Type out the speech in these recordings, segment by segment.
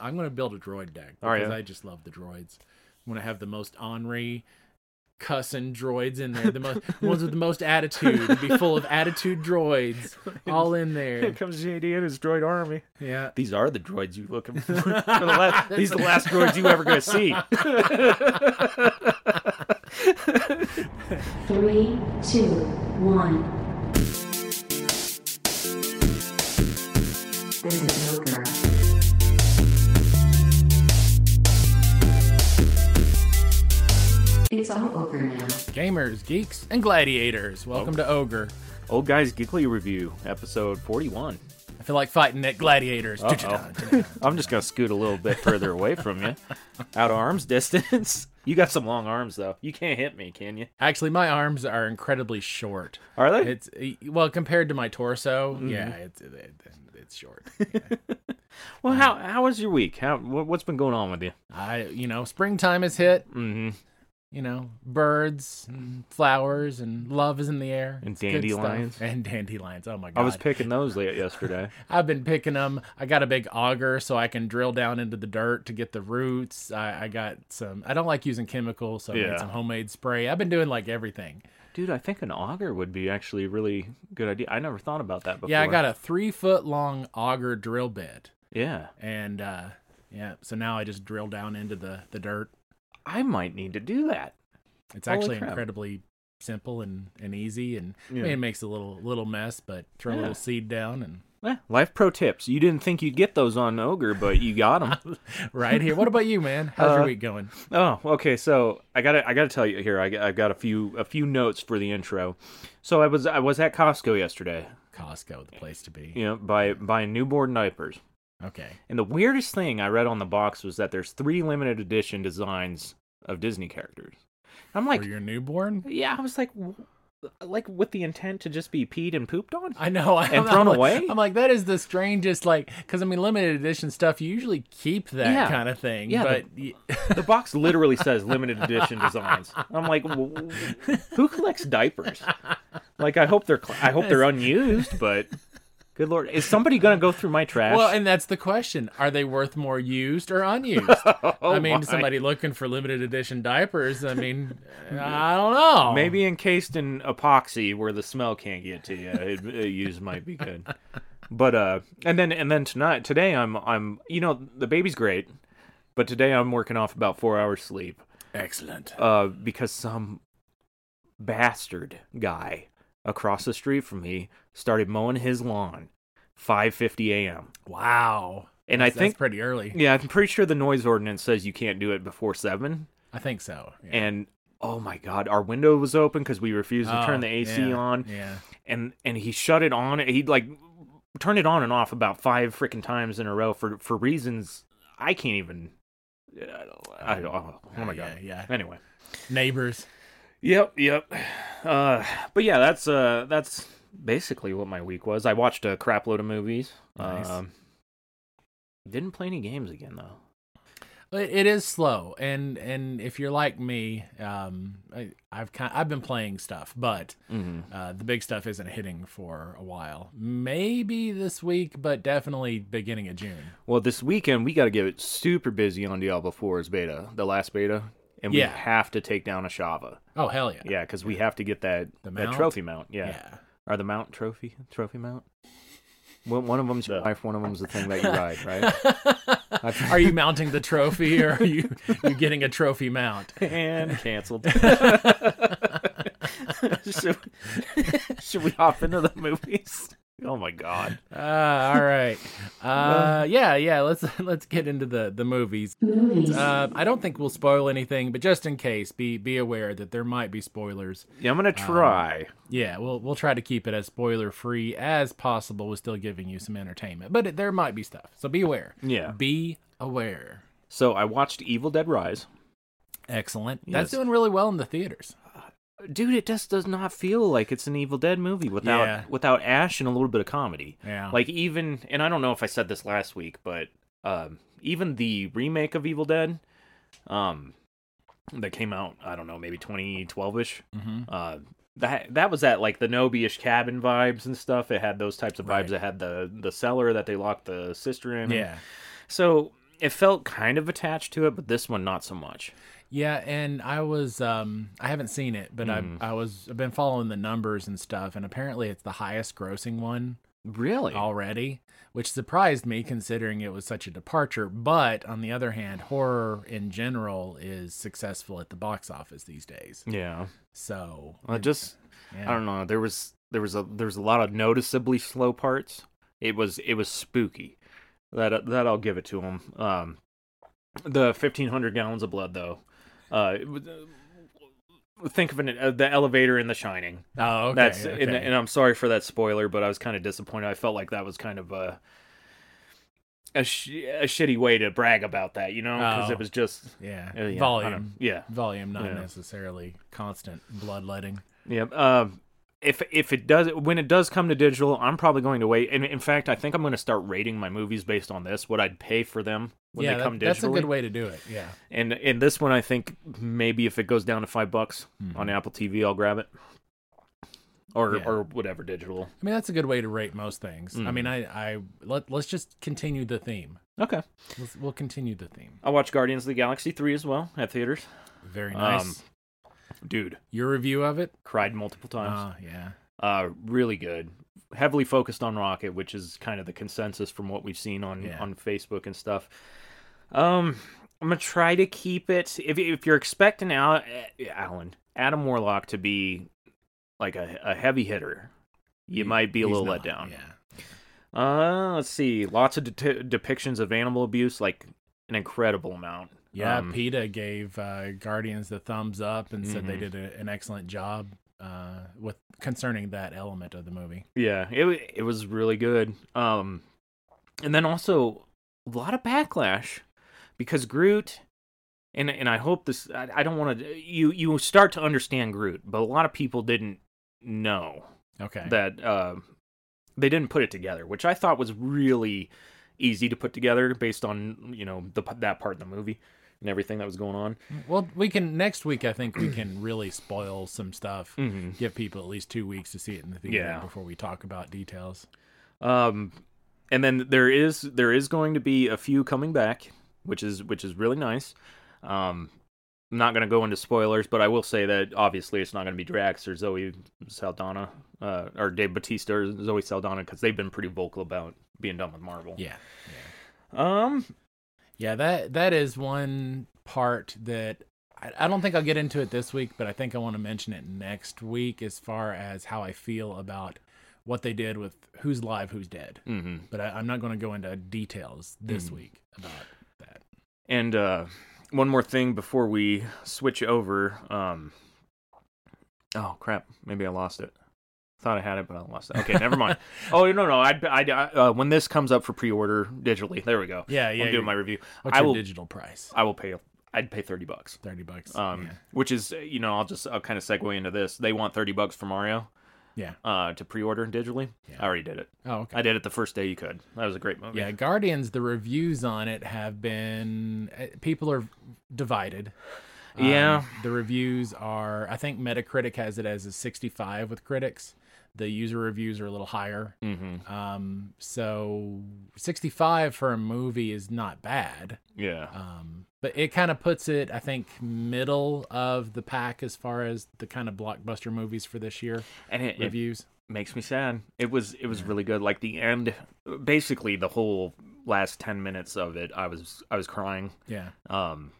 I'm gonna build a droid deck Are because ya? I just love the droids. I'm gonna have the most ornery cussing droids in there, the most ones with the most attitude, be full of attitude droids, all in Here there. comes JD and his droid army. Yeah. These are the droids you looking for. for the last, these are the last droids you ever gonna see. Three, two, one. This is Milker. It's all over now. Gamers, geeks, and gladiators. Welcome to Ogre. Old guys geekly review episode forty one. I feel like fighting at gladiators. Uh-oh. I'm just gonna scoot a little bit further away from you, out of arm's distance. You got some long arms though. You can't hit me, can you? Actually, my arms are incredibly short. Are they? Mm-hmm. It's e, well compared to my torso. Yeah, it's it, it's short. well, how how was your week? How wh- what's been going on with you? I you know springtime has hit. Mm-hmm. You know birds, and flowers, and love is in the air. And It's good dandelions. stuff. and dandelions. Oh my god! I was picking those late yesterday. I've been picking them. I got a big auger so I can drill down into the dirt to get the roots. I, I got some. I don't like using chemicals, so I Yeah. made some homemade spray. I've been doing like everything. Dude, I think an auger would be actually a really good idea. I never thought about that before. Yeah, I got a three foot long auger drill bit, Yeah. and uh, yeah, so now I just drill down into the the dirt. I might need to do that. It's Holy actually crap. incredibly simple and, and easy, and I Yeah. mean, it makes a little little mess, but throw a Yeah. little seed down and Eh, life pro tips. You didn't think you'd get those on Ogre, but you got them. right here. What about you, man? How's Uh, your week going? oh, okay. So I got to I got to tell you here. I, have got a few a few notes for the intro. So I was I was at Costco yesterday. Costco, the place to be. You know, by buying newborn diapers. Okay, And the weirdest thing I read on the box was that there's three limited edition designs of Disney characters. I'm like, for your newborn. yeah. I was like, w- like with the intent to just be peed and pooped on. I know. I, And thrown I'm like- away? I'm like, that is the strangest, like, because I mean, limited edition stuff, you usually keep that Yeah. kind of thing. Yeah, But y- The box literally says limited edition designs. I'm like, w- w- who collects diapers? Like, I hope they're cl- I hope they're unused, but good lord, is somebody gonna go through my trash? well, and that's the question: Are they worth more used or unused? Oh I mean, my. somebody looking for limited edition diapers. I mean, I don't know. maybe encased in epoxy where the smell can't get to you, it, it used might be good. But uh, and then and then tonight today I'm I'm you know the baby's great, but today I'm working off about four hours sleep. excellent. uh, because some bastard guy across the street from me started mowing his lawn 5:50 a.m. Wow. And That's- I think that's pretty early. yeah, I'm pretty sure the noise ordinance says you can't do it before 7 I think so. Yeah. and oh my god, our window was open cuz we refused to Oh, turn the AC yeah, on Yeah. and and he shut it on he like turned it on and off about 5 freaking times in a row for for reasons I can't even I don't, I don't, oh, my Yeah, god. yeah. Anyway, Neighbors. Yep, yep. Uh, but yeah, that's uh, that's basically what my week was. I watched a crap load of movies. Nice. Um, didn't play any games again though. It, it is slow, and and if you're like me, um, I, I've kind I've been playing stuff, but Mm-hmm. uh, the big stuff isn't hitting for a while. Maybe this week, but definitely beginning of June. Well, this weekend we got to get it super busy on Diablo 4's beta, the last beta, and Yeah. we have to take down Ashava. Oh hell yeah! Yeah, because we have to get that The that mount? trophy mount. Yeah. Yeah. or the mount trophy trophy mount. One one of them's your wife, one of them's the thing that you ride, right? are you mounting the trophy, or are you you getting a trophy mount? and canceled. should, should we hop into the movies? Oh my god. Uh, all right. Uh, yeah, yeah. Let's let's get into the the movies. Movies. Uh, I don't think we'll spoil anything, but just in case, be be aware that there might be spoilers. Yeah, I'm gonna try. Yeah, we'll we'll try to keep it as spoiler free as possible, with still giving you some entertainment. But it, there might be stuff, so be aware. yeah. Be aware. So I watched Evil Dead Rise. Excellent. Yes. That's doing really well in the theaters. Dude, it just does not feel like it's an Evil Dead movie without Yeah. without Ash and a little bit of comedy. Yeah. Like even and I don't know if I said this last week, but um even the remake of Evil Dead, um that came out, I don't know, maybe twenty twelve ish. hmm uh that that was that like the Nobi-ish cabin vibes and stuff. It had those types of vibes. Right. It had the the cellar that they locked the sister in. Yeah. So it felt kind of attached to it, but this one not so much. Yeah, and I was um I haven't seen it, but Mm. I I was I've been following the numbers and stuff, and apparently it's the highest grossing one Really? already, which surprised me considering it was such a departure. But on the other hand, horror in general is successful at the box office these days. Yeah. So I just yeah. I don't know. There was there was a there was a lot of noticeably slow parts. It was it was spooky. That that I'll give it to him. Um, the fifteen hundred gallons of blood though. Uh, it was, uh, think of an, uh, the elevator in The Shining. Oh, okay. That's okay. and, and I'm sorry for that spoiler, but I was kind of disappointed. I felt like that was kind of a a, sh- a shitty way to brag about that, you know, because Oh. it was just yeah. uh, yeah, I volume. don't- Yeah, Volume, not Yeah. necessarily constant bloodletting. yeah. Um, if if it does when it does come to digital, I'm probably going to wait. And in fact, I think I'm going to start rating my movies based on this, what I'd pay for them when yeah, they that- come digitally. that's a good way to do it. Yeah. And and this one, I think maybe if it goes down to five bucks on Apple TV, I'll grab it. Or, Mm-hmm. Yeah. or whatever digital. I mean, that's a good way to rate most things. I Hmm. mean, I, I let, let's just continue the theme. Okay. Let's, we'll continue the theme. I watched Guardians of the Galaxy 3 as well at theaters. Very nice. Um, Dude, Your review of it? cried multiple times. Ah, yeah. Uh, really good. Heavily focused on Rocket, which is kind of the consensus from what we've seen on Yeah. on Facebook and stuff. Um, I'm gonna try to keep it. If if you're expecting Al- eh, Alan Adam Warlock to be like a, a heavy hitter, you might be a He's little not, let down. Yeah. Uh, let's see. Lots of det- depictions of animal abuse, like an incredible amount. Yeah, Um, PETA gave uh, Guardians the thumbs up and Mm-hmm. said they did a, an excellent job uh, with concerning that element of the movie. Yeah, it wa- it was really good. Um, and then also a lot of backlash because Groot, and and I hope this. I, I don't want to. You you start to understand Groot, but a lot of people didn't know Okay. that uh, they didn't put it together, which I thought was really easy to put together based on you know the p- that part of the movie and everything that was going on. well, we can next week. I think we can really spoil some stuff. Mm-hmm. Give people at least two weeks to see it in the theater Yeah. before we talk about details. Um, and then there is there is going to be a few coming back, which is which is really nice. Um, I'm not going to go into spoilers, but I will say that obviously it's not going to be Drax or Zoe Saldana uh, or Dave Batista or Zoe Saldana because they've been pretty vocal about being done with Marvel. Yeah. Um. Yeah, that that is one part that I, I don't think I'll get into it this week, but I think I want to mention it next week as far as how I feel about what they did with who's live, who's dead. mhm. But I, I'm not going to go into details this week about that. And uh, one more thing before we switch over. Um, oh crap! Maybe I lost it. Thought I had it, but I lost it. Okay, never mind. Oh no, no. I, I, uh, when this comes up for pre-order digitally, there we go. Yeah, yeah, I'm doing yeah. my review. What's I your will. digital price? I will pay. I'd pay thirty bucks. Thirty bucks. Um, which is you know I'll just I'll kind of segue into this. They want thirty bucks for Mario. yeah. Uh, to pre-order digitally. I already did it. yeah. Oh, okay. I did it the first day you could. That was a great movie. Yeah, Guardians. The reviews on it have been eh, people are divided. Yeah. the reviews are. I think Metacritic has it as a 65 with critics. The user reviews are a little higher. Mm-hmm. Um, so 65 for a movie is not bad. Yeah. Um, but it kind of puts it, I think, middle of the pack as far as the kind of blockbuster movies for this year and it, it reviews. makes me sad. It was it was really good. Like the end, basically the whole last ten minutes of it, I was I was crying. Yeah. Um,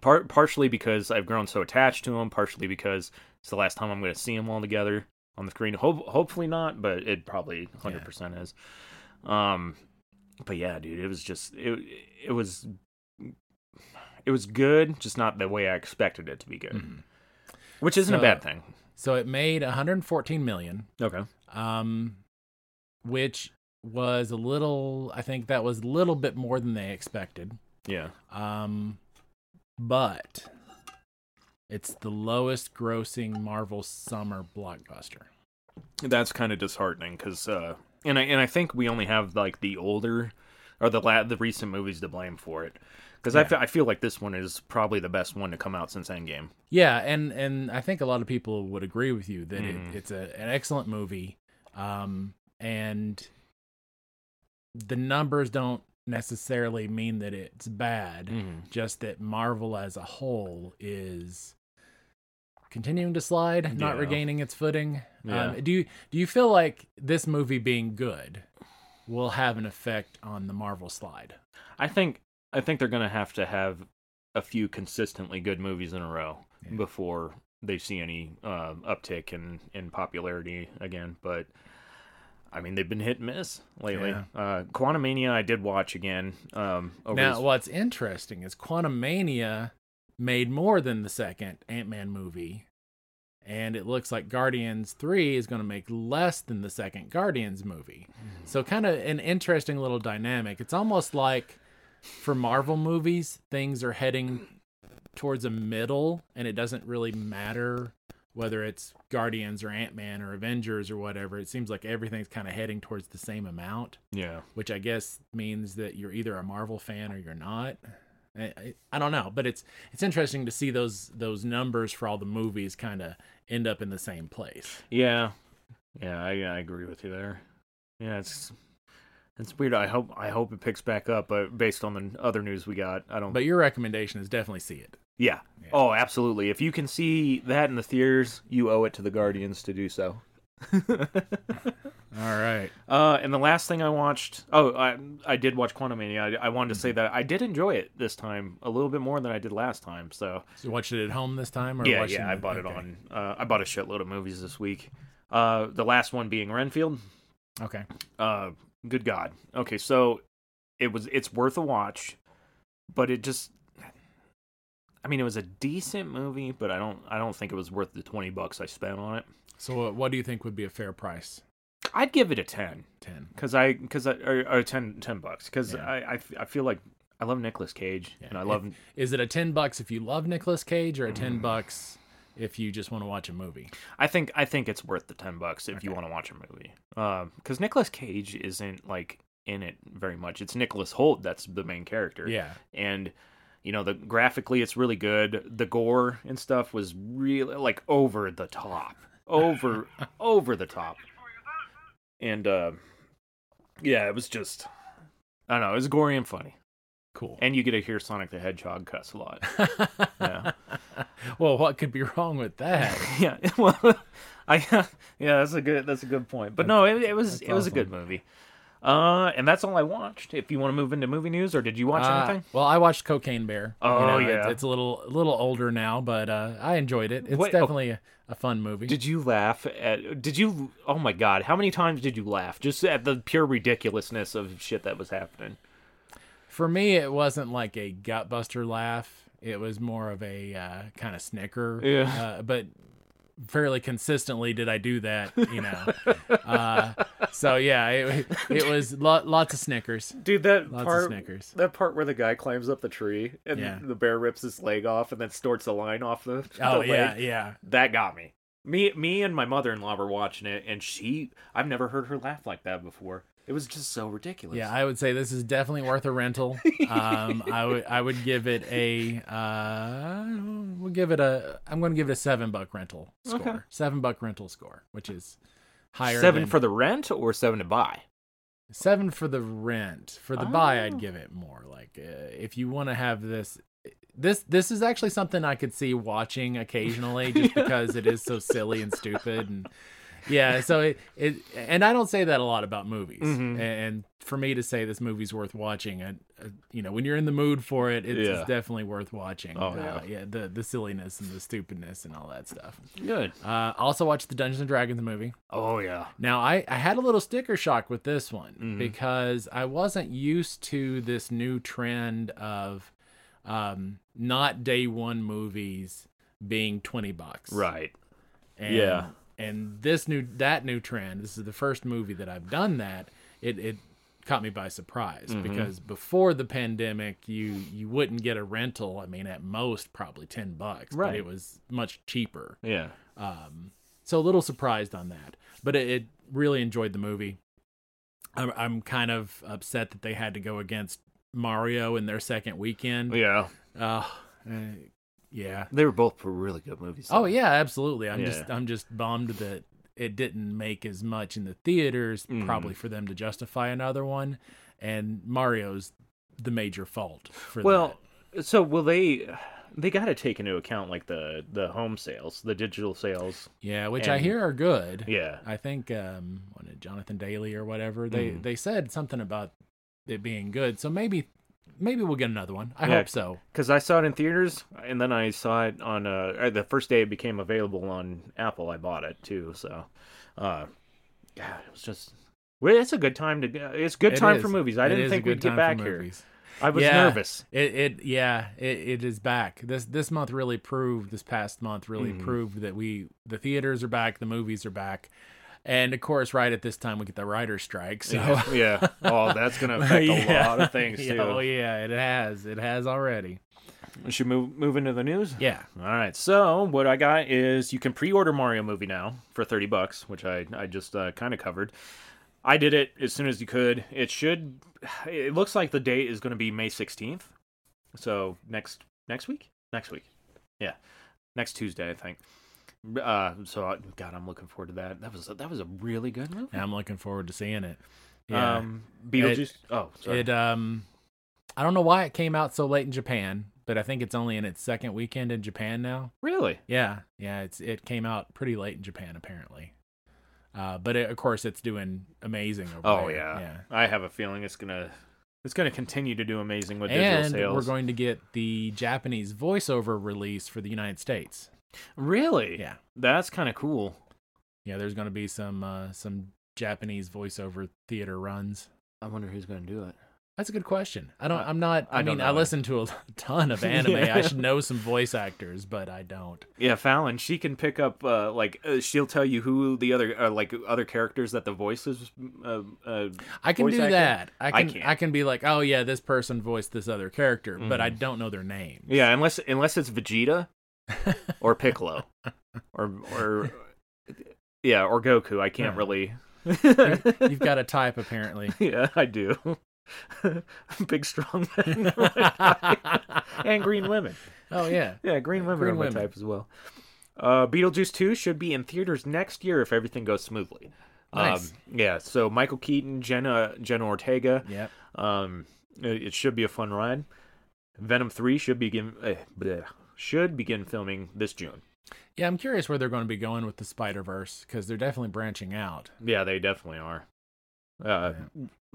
part partially because I've grown so attached to him, partially because it's the last time I'm going to see him all together on the screen. Ho- hopefully not, but it probably hundred percent is. Um, but yeah, dude, it was just it it was it was good, just not the way I expected it to be good, which isn't a So- bad thing. Mm-hmm. So it made 114 million. Okay. um, which was a little. I think that was a little bit more than they expected. Yeah. Um, but it's the lowest grossing Marvel summer blockbuster. that's kind of disheartening because uh and i and i think we only have like the older or the la- the recent movies to blame for it because I, fe- I feel like this one is probably the best one to come out since endgame Yeah, and and I think a lot of people would agree with you that Mhm. it, it's a, an excellent movie. Um, and the numbers don't necessarily mean that it's bad, Mhm. just that Marvel as a whole is continuing to slide, not Yeah. regaining its footing. Yeah. Um, do you do you feel like this movie being good will have an effect on the Marvel slide? I think I think they're gonna have to have a few consistently good movies in a row Yeah. before they see any uh, uptick in in popularity again. But I mean, they've been hit and miss lately. Yeah. Uh, Quantumania, I did watch again. Um, over now, this- what's interesting is Quantumania made more than the second Ant Man movie. And it looks like Guardians 3 is going to make less than the second Guardians movie. Hmm. So, kind of an interesting little dynamic. It's almost like for Marvel movies, things are heading towards a middle, and it doesn't really matter whether it's Guardians or Ant Man or Avengers or whatever. It seems like everything's kind of heading towards the same amount yeah, which I guess means that you're either a Marvel fan or you're not. I, I, I don't know, but it's it's interesting to see those those numbers for all the movies kind of end up in the same place. yeah, yeah. I, I agree with you there. Yeah, it's it's weird. I hope I hope it picks back up. But based on the other news we got, I don't. But your recommendation is definitely see it. Yeah. Oh, absolutely. If you can see that in the theaters, you owe it to the Guardians to do so. All right, Uh, and the last thing I watched, oh, I I did watch Quantumania. I, I wanted to say that I did enjoy it this time a little bit more than I did last time. So so you watched it at home this time, or yeah, watched yeah, in I the- bought it okay. on. Uh, I bought a shitload of movies this week. Uh, the last one being Renfield. Okay, uh good god okay so it was it's worth a watch but it just i mean it was a decent movie but i don't i don't think it was worth the 20 bucks i spent on it so uh, what do you think would be a fair price? i'd give it a 10 Ten. because i because i or, or 10 10 bucks because Yeah. I, I f- I feel like i love Nicolas cage and i love Is it a ten bucks if you love Nicolas Cage, or a ten bucks if you just want to watch a movie? i think i think it's worth the 10 bucks if you want to watch a movie um because Nicolas cage isn't like in it very much it's Nicholas holt that's the main character Yeah, and you know the graphically it's really good the gore and stuff was really like over the top over over the top and uh yeah it was just i don't know it was gory and funny cool. and you get to hear sonic the hedgehog cuss a lot yeah well, what could be wrong with that? yeah well i yeah that's a good that's a good point but no it, it was That's it was a good movie uh and that's all i watched if you want to move into movie news or did you watch Uh, anything Well, I watched Cocaine Bear. Oh, it- yeah. it's a little a little older now, but uh, I enjoyed it. It's Wait, oh. definitely a, a fun movie. Did you laugh at? Did you? Oh my god! How many times did you laugh just at the pure ridiculousness of shit that was happening? For me, it wasn't like a gutbuster laugh. It was more of a uh, kind of snicker. Yeah. Uh, but fairly consistently did I do that, you know. uh, so yeah, it, it was lo- lots of snickers. Dude, that Lots of part. Snickers. That part where the guy climbs up the tree and Yeah. the bear rips his leg off and then snorts a line off the. Oh the yeah, leg, yeah. that got me. Me, me, and my mother-in-law were watching it, and she—I've never heard her laugh like that before. It was just so ridiculous. Yeah, I would say this is definitely worth a rental. Um, I would I would give it a uh, we'll give it a I'm going to give it a seven buck rental score. Okay. Seven buck rental score, which is higher seven than, for the rent or seven to buy. seven for the rent. For the buy, Oh. I'd give it more. Like uh, if you want to have this. This this is actually something I could see watching occasionally just because it is so silly and stupid and yeah so it, it and i don't say that a lot about movies Mhm. and, and for me to say this movie's worth watching I, I- you know when you're in the mood for it it's, Yeah. it's definitely worth watching Oh, Uh, yeah. yeah the the silliness and the stupidness and all that stuff Good. uh also watched the dungeons and dragons movie Oh yeah. now I, I had a little sticker shock with this one Mm-hmm. because I wasn't used to this new trend of um, not day one movies being twenty bucks. Right. And, yeah. And this new that new trend. This is the first movie that I've done that. It it caught me by surprise Mm-hmm. because before the pandemic, you you wouldn't get a rental. I mean, at most probably ten bucks. But Right. it was much cheaper. Yeah. So a little surprised on that, but it, it really enjoyed the movie. I'm, I'm kind of upset that they had to go against Mario in their second weekend. Oh, Yeah. Uh, uh, yeah. They were both really good movies. Oh yeah, absolutely. I'm just Yeah. I'm just bummed that Mm. it didn't make as much in the theaters, probably for them to justify another one. and Mario's the major fault for Well, so will they? They got to take into account like the the home sales, the digital sales. that. Yeah, which I and- hear are good. Yeah, I think um what, did Jonathan Daly or whatever they Mhm. they said something about it being good. So maybe maybe we'll get another one. I Yeah. hope so. because I saw it in theaters, and then I saw it on uh, or the first day it became available on Apple. I bought it too. So, uh, yeah, it was just. Well, it's a good time to. It's a good It time is. for movies. I It didn't is a think good we'd get time for back here. movies. I was Yeah. nervous. It, it yeah, it, it is back. This this month really proved this past month really Mm-hmm. proved that we the theaters are back, the movies are back. And of course, right at this time we get the writer strike. So Yeah. yeah. Oh, that's gonna affect a lot of things too. Yeah, Oh yeah, it has. It has already. We should move move into the news. Yeah. All right. So what I got is you can pre-order Mario movie now for thirty bucks, which I I just uh, kind of covered. I did it as soon as you could. It should. It looks like the date is going to be May sixteenth. So next next week. Next week. Yeah. Next Tuesday, I think. Uh, so I, God, I'm looking forward to that. That was that was a really good movie. And I'm looking forward to seeing it. Yeah. Um, Beetlejuice. oh, sorry. It um I don't know why it came out so late in Japan, but I think it's only in its second weekend in Japan now. really? Yeah. Yeah, it's it came out pretty late in Japan apparently. Uh but it, of course it's doing amazing over Oh there. yeah. I have a feeling it's gonna it's gonna continue to do amazing with digital And sales. we're going to get the Japanese voiceover release for the United States. really? Yeah. That's kind of cool. Yeah, there's going to be some uh some Japanese voiceover theater runs. I wonder who's gonna do it. That's a good question. I don't. I'm not. I I, don't mean, know I it. listen to a ton of anime. Yeah. I should know some voice actors, but I don't. Yeah, Fallon. She can pick up uh, like uh, she'll tell you who the other uh, like other characters that the voices. Uh, uh, I can voice do actor? that. I I can. I can, can't. Mm-hmm. be like, oh yeah, this person voiced this other character, but I don't know their name. Yeah, unless unless it's Vegeta or Piccolo or or yeah or Goku. I can't Yeah. really. You've got a type apparently. Yeah, I do. Big strong men and green women. Oh yeah. Yeah, Green Women Green are my Women. type as well. Uh, Beetlejuice 2 should be in theaters next year if everything goes smoothly. Nice. Um, yeah, so Michael Keaton, Jenna, Jenna Ortega. Yep. Um, it, it should be a fun ride. Venom 3 should begin eh, bleh, should begin filming this June. Yeah, I'm curious where they're going to be going with the Spider Verse because they're definitely branching out. Yeah, they definitely are. Uh,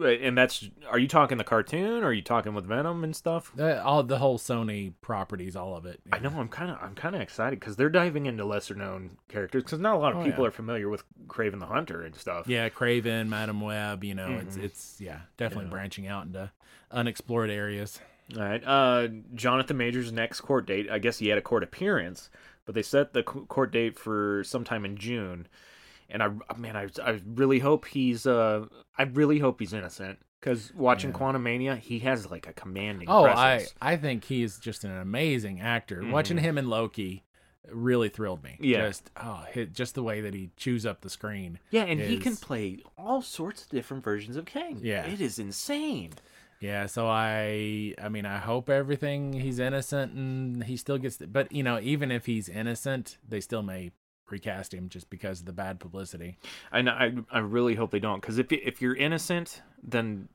and that's are you talking the cartoon? Or are you talking with Venom and stuff? The, all the whole Sony properties, all of it. I know I'm kind of I'm kind of excited because they're diving into lesser known characters because not a lot of Oh, people yeah. are familiar with Craven the Hunter and stuff. Yeah, Craven, Madam Web. You know, it's Mhm. it's yeah, definitely Yeah. branching out into unexplored areas. All right. Uh, Jonathan Major's next court date. I guess he had a court appearance, but they set the co- court date for sometime in June. And I, man, I, I really hope he's, uh, I really hope he's innocent. Because watching Yeah. Quantum Mania, he has like a commanding. Oh, I, presence. I think he is just an amazing actor. Watching him and Loki really thrilled me. Mm-hmm. Yeah. Just oh, hi- just the way that he chews up the screen. yeah, and he can is- play all sorts of different versions of King. Yeah. it is insane. Yeah, so I I mean, I hope everything he's innocent and he still gets the, but you know, even if he's innocent, they still may recast him just because of the bad publicity. And I, I really hope they don't, because if y- if you're innocent, then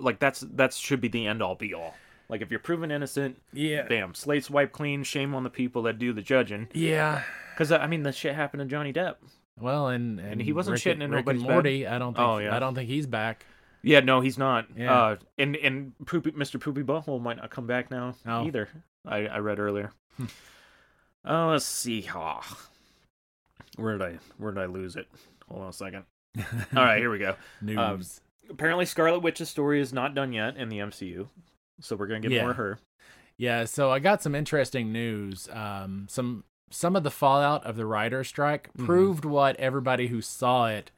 like that's that should be the end all be all. Like if you're proven innocent, Yeah. bam, slate swipe clean. Shame on the people that do the judging, Yeah. because I mean that shit happened to Johnny Depp. Well, and, and, he wasn't Rick, shitting in Rick and nobody's bed. Morty. I don't think Oh, yeah. I don't think he's back. Yeah, no, he's not. Yeah. Uh, and and Poopy, Mr. Poopy Butthole might not come back now Oh. either. I I read earlier. Oh, let's see. Ah. Where did I where did I lose it? Hold on a second. All right, here we go. News. Um, apparently Scarlet Witch's story is not done yet in the MCU. So we're gonna get Yeah. more of her. Yeah, so I got some interesting news. Um, some some of the fallout of the writer strike Mm-hmm. proved what everybody who saw it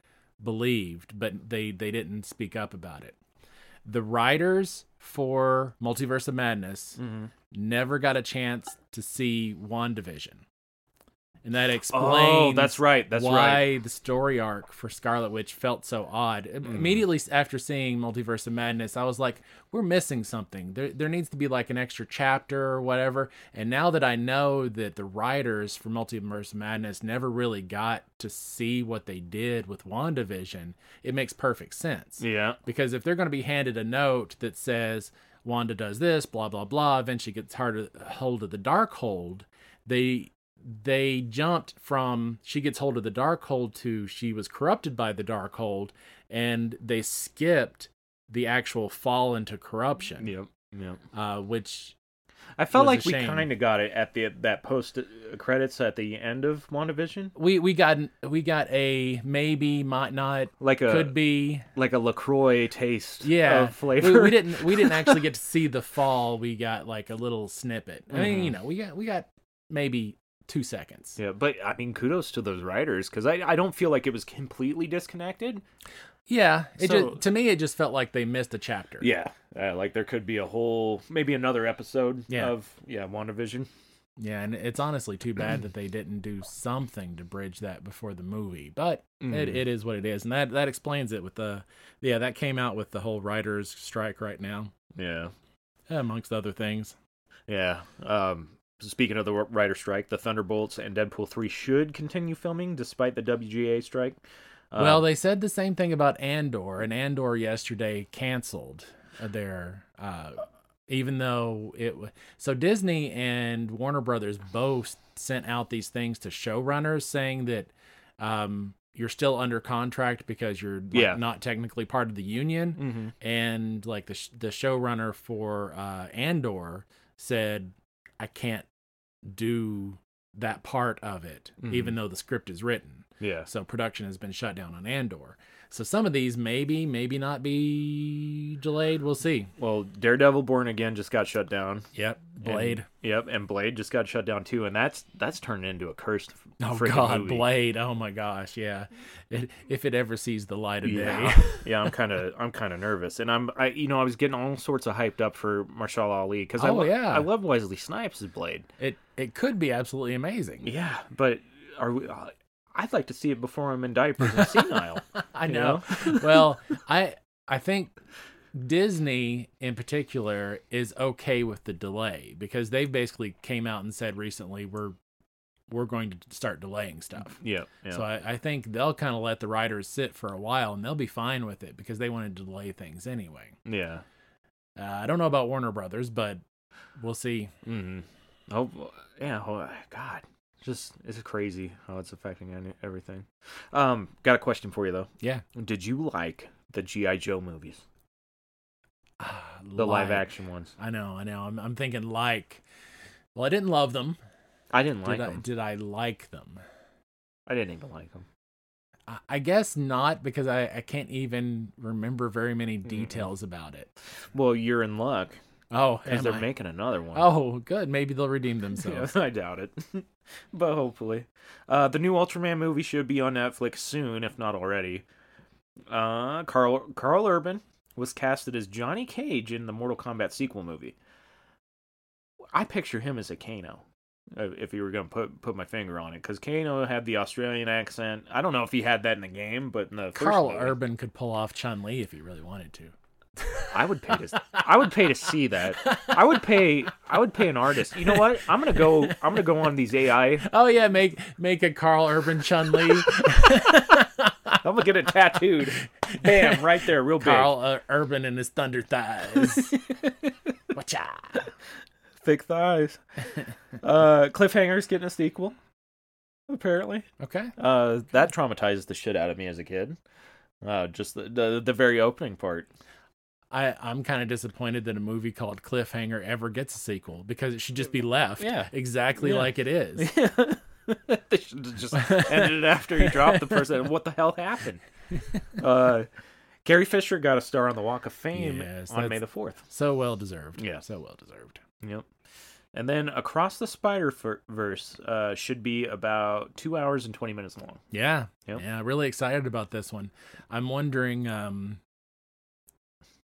believed, but they they didn't speak up about it. The writers for Multiverse of Mm-hmm. Madness never got a chance to see WandaVision. and that explains Oh, that's right. That's why right. the story arc for Scarlet Witch felt so odd. Im- Immediately after seeing Multiverse of Madness, I was like, we're missing something. There, there needs to be like an extra chapter or whatever. And now that I know that the writers for Multiverse of Madness never really got to see what they did with WandaVision, it makes perfect sense. Yeah. Because if they're going to be handed a note that says Wanda does this, blah blah blah, eventually gets hard hold of the dark hold, they they jumped from she gets hold of the dark hold to she was corrupted by the dark hold and they skipped the actual fall into corruption Yep. Yep. uh, which I felt was a like we shame. kind of got it at the that post uh, credits at the end of WandaVision, we we got we got a maybe might not like a could be like a Lacroix taste, yeah of flavor. We, we didn't we didn't actually get to see the fall. We got like a little snippet. I mean, Mhm. you know, we got we got maybe two seconds. Yeah, but I mean, kudos to those writers because I I don't feel like it was completely disconnected. Yeah, it So- ju- to me it just felt like they missed a chapter. Yeah, uh, like there could be a whole maybe another episode Yeah. of yeah WandaVision. yeah, and it's honestly too bad that they didn't do something to bridge that before the movie. But it, Mhm. it is what it is, and that that explains it with the yeah that came out with the whole writers strike right now, Yeah, amongst other things. yeah. Um, speaking of the writer strike, the Thunderbolts and Deadpool three should continue filming despite the WGA strike. Um, well, they said the same thing about Andor, and Andor yesterday canceled their, uh, even though it. w- So Disney and Warner Brothers both sent out these things to showrunners saying that um, you're still under contract because you're like, Yeah. not technically part of the union mhm. and like the sh- the showrunner for uh, Andor said, I can't do that part of it, Mhm. even though the script is written. yeah, So production has been shut down on Andor. So some of these maybe, maybe not be delayed. We'll see. Well, Daredevil Born Again just got shut down. Yep, Blade. And- yep, and Blade just got shut down too, and that's that's turned into a cursed. f- oh friggin' God, movie. Blade. Oh my gosh, yeah. It, if it ever sees the light of Yeah, day. yeah, I'm kind of I'm kind of nervous, and I'm I you know I was getting all sorts of hyped up for Marshall Ali because I Oh, lo- yeah. I love Wesley Snipes as Blade. It it could be absolutely amazing. Yeah, but are we? Uh, I'd like to see it before I'm in diapers and senile. I you know. well, I I think Disney in particular is okay with the delay because they've basically came out and said recently we're we're going to start delaying stuff. yeah, yeah. So I, I think they'll kind of let the writers sit for a while and they'll be fine with it because they want to delay things anyway. yeah. Uh, I don't know about Warner Brothers, but we'll see. Mm. Oh, yeah. Oh, God. Just it's crazy how it's affecting any- everything. Um, got a question for you though. Yeah. Did you like the GI Joe movies, Ah, the live like. action ones? I know, I know. I'm, I'm thinking like. Well, I didn't love them. I didn't Did like I? them. Did I like them? I didn't even like them. I- I guess not because I, I can't even remember very many details about it. Well, you're in luck Oh, because am they're I? making another one. Oh, good. Maybe they'll redeem themselves. I doubt it, but hopefully, uh, the new Ultraman movie should be on Netflix soon, if not already. Uh, Carl Carl Urban was casted as Johnny Cage in the Mortal Kombat sequel movie. I picture him as a Kano, uh, if you were gonna put put my finger on it, because Kano had the Australian accent. I don't know if he had that in the game, but in the first Carl movie, Urban could pull off Chun Li if he really wanted to. I would pay to I would pay to see that. I would pay I would pay an artist. You know what? I'm gonna go I'm gonna go on these AI. Oh yeah, make make a Carl Urban Chun Li. I'm gonna get it tattooed. Bam, right there, real Carl uh, Urban and his thunder thighs. Watch out. big. Thick thighs. Uh Cliffhanger's getting a sequel. Apparently. Okay. Uh that traumatizes the shit out of me as a kid. Uh just the the, the very opening part. I, I'm kind of disappointed that a movie called Cliffhanger ever gets a sequel because it should just be left Yeah. exactly Yeah. like it is. they should have just ended it after he dropped the person. What the hell happened? Uh Carrie Fisher got a star on the Walk of Fame Yes, on May that's- the fourth. So well deserved. Yeah. So well deserved. Yep. And then Across the Spider Verse uh, should be about two hours and 20 minutes long. Yeah. Yep. Yeah, really excited about this one. I'm wondering um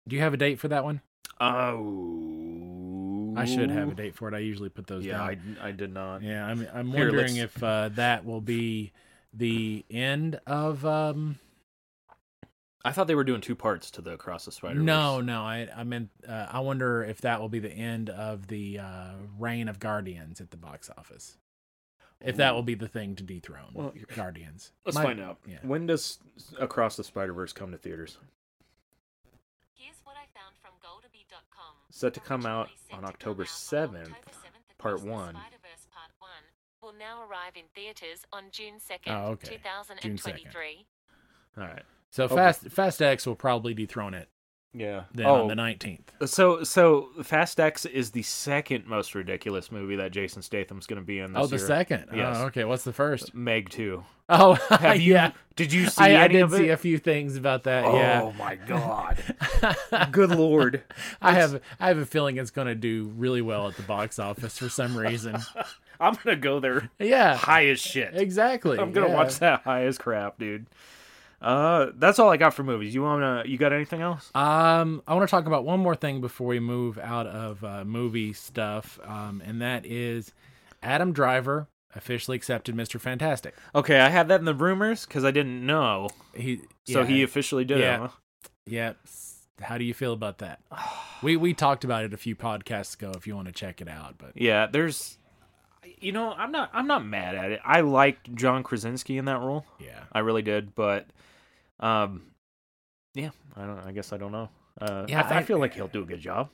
do you have a date for that one? Oh. I should have a date for it. I usually put those Yeah, down. I, I did not. Yeah, I'm I'm Here, wondering let's- if uh, that will be the end of um I thought they were doing two parts to the Across the Spider. no no I I meant uh, I wonder if that will be the end of the uh, reign of Guardians at the box office. If that will be the thing to dethrone Well, you're- Guardians. Let's My- find out. yeah. When does Across the Spider Verse come to theaters? Here's what I found from GoToBeat.com. Set to come out Originally set on to come October out on 7th, October 7th, Part Across the 1. Spider-Verse Part 1 will now arrive in theaters on June 2nd, Oh, okay. June 2nd. 2023. All right. So Okay. Fast Fast X will probably dethrone it Yeah. Oh. then on the nineteenth. So so Fast X is the second most ridiculous movie that Jason Statham's going to be in this Oh, the year. second. Yes. Oh, okay. What's the first? Meg 2. Oh, Have you yeah. Did you see I, I any did of see it? a few things about that. oh yeah. my god. Good lord. I have I have a feeling it's going to do really well at the box office for some reason. I'm going to go there Yeah, high as shit. exactly. I'm going to yeah. watch that high as crap, dude. Uh that's all I got for movies. You want to you got anything else? Um, I want to talk about one more thing before we move out of uh, movie stuff, um, and that is Adam Driver officially accepted Mr. Fantastic. Okay, I had that in the rumors cuz I didn't know. He So yeah, he officially did Yeah. it. Huh? yeah. How do you feel about that? We we talked about it a few podcasts ago. If you want to check it out, but Yeah, there's you know, I'm not I'm not mad at it. I liked John Krasinski in that role. yeah, I really did, but um yeah, I don't I guess I don't know. Uh Yeah, I, I I- feel like he'll do a good job.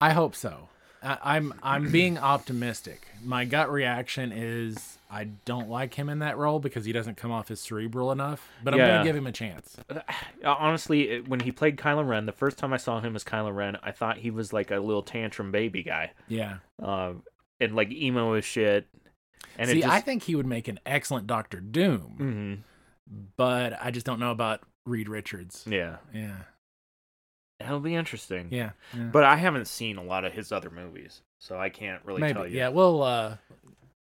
I hope so. I, I'm I'm being optimistic. My gut reaction is I don't like him in that role because he doesn't come off as cerebral enough. But I'm Yeah. gonna give him a chance. Uh, Honestly, it- when he played Kylo Ren, the first time I saw him as Kylo Ren, I thought he was like a little tantrum baby guy, Yeah. uh, and like emo as shit. And See, it just, I think he would make an excellent Doctor Doom, Mhm. but I just don't know about Reed Richards. yeah, Yeah. that'll be interesting. Yeah. yeah. but I haven't seen a lot of his other movies, so I can't really maybe. tell you. Yeah. We'll uh,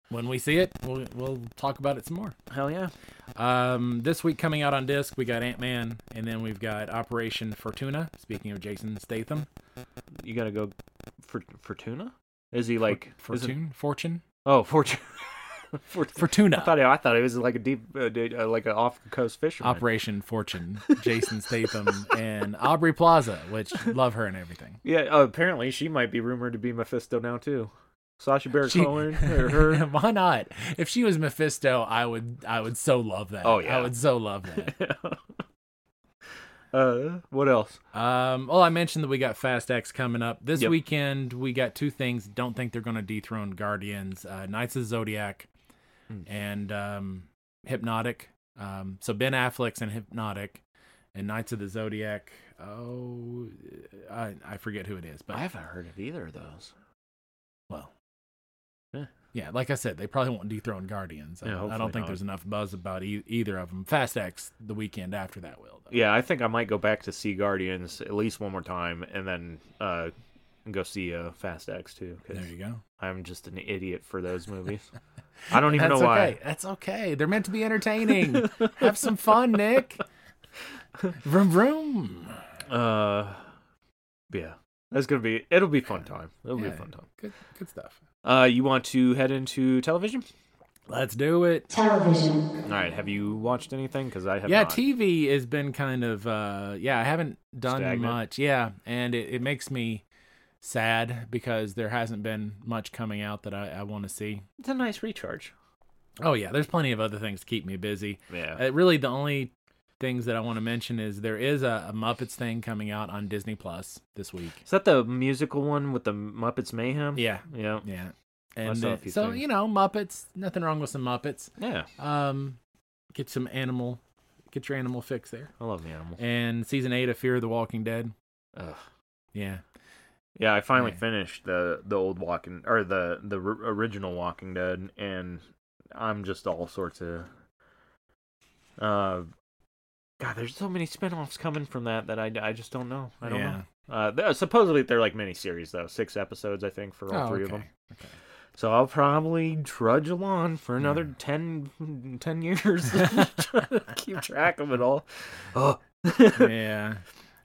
when we see it, we'll we'll talk about it some more. hell yeah. Um, this week coming out on disc, we got Ant Man, and then we've got Operation Fortuna. Speaking of Jason Statham, You gotta go for Fortuna. Is he like For- is it- Fortune, Fortune, oh, Fortune. Fort- Fortuna. I thought it, I thought it was like a deep, uh, d- uh, like an off coast fisherman. Operation Fortune, Jason Statham, and Aubrey Plaza, which love her and everything. Yeah, uh, apparently she might be rumored to be Mephisto now too. Sasha Baron She- Cohen or her. Why not? If she was Mephisto, I would I would so love that. Oh, yeah. I would so love that. uh, what else? um well I mentioned that we got Fast X coming up. This Yep. weekend we got two things. Don't think they're gonna dethrone Guardians, uh Knights of the Zodiac Mm. and um Hypnotic. Um so Ben Affleck's in Hypnotic and Knights of the Zodiac. Oh I I forget who it is, but haven't heard of either of those. Well, Yeah. yeah, like I said, they probably won't dethrone Guardians. I, Yeah, don't- I hopefully don't think not. there's enough buzz about e- either of them. Fast X the weekend after that will. Though. Yeah, I think I might go back to see Guardians at least one more time, and then uh, go see uh, Fast X too. Because There you go. I'm just an idiot for those movies. I don't even That's know okay. why. That's okay. They're meant to be entertaining. Have some fun, Nick. Vroom vroom. Uh, yeah, that's gonna be. It'll be a fun time. It'll be Yeah. a fun time. Good, good stuff. Uh, you want to head into television? Let's do it. Television. All right. Have you watched anything? Because I have. yeah, not. TV has been kind of uh yeah, I haven't done Stagnant. much. Yeah, and it, it makes me sad because there hasn't been much coming out that I, I want to see. It's a nice recharge. Oh yeah, there's plenty of other things to keep me busy. Yeah. Uh, really, the only things that I want to mention is there is a, a Muppets thing coming out on Disney Plus this week. Is that the musical one with the Muppets Mayhem? Yeah, Yeah. yeah. I And saw a uh, few so things. you know, Muppets. Nothing wrong with some Muppets. Yeah. Um, get some animal, get your animal fix there. I love the animal. And season eight of Fear of the Walking Dead. Ugh. Yeah, Yeah, I finally Yeah. finished the the old Walking or the the r- original Walking Dead, and I'm just all sorts of. Uh, God, there's so many spin-offs coming from that that I, I just don't know. I don't yeah. know. Uh, th- supposedly they're like miniseries though, six episodes I think for all Oh, three of okay. them. Okay. So I'll probably trudge along for another ten ten 10, years, trying to keep track of it all. Oh. yeah.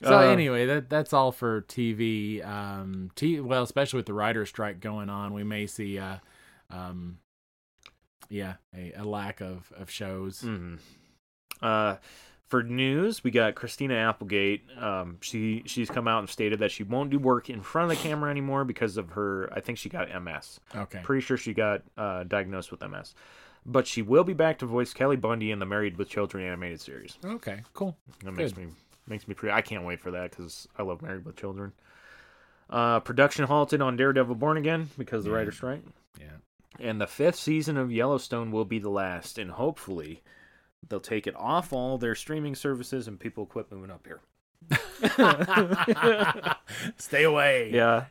So Uh, anyway, that that's all for TV. Um, t- well, especially with the writer strike going on, we may see, uh, um, yeah, a, a lack of of shows. Mhm. Uh, for news, we got Christina Applegate. Um, she she's come out and stated that she won't do work in front of the camera anymore because of her. I think she got MS. Okay, Pretty sure she got uh, diagnosed with MS. But she will be back to voice Kelly Bundy in the Married with Children animated series. okay, cool. That makes me makes me pretty. I can't wait for that because I love Married with Children. Uh, production halted on Daredevil: Born Again because of the Yeah. writer's strike. Yeah, And the fifth season of Yellowstone will be the last, and hopefully they'll take it off all their streaming services and people quit moving up here. stay away. Yeah.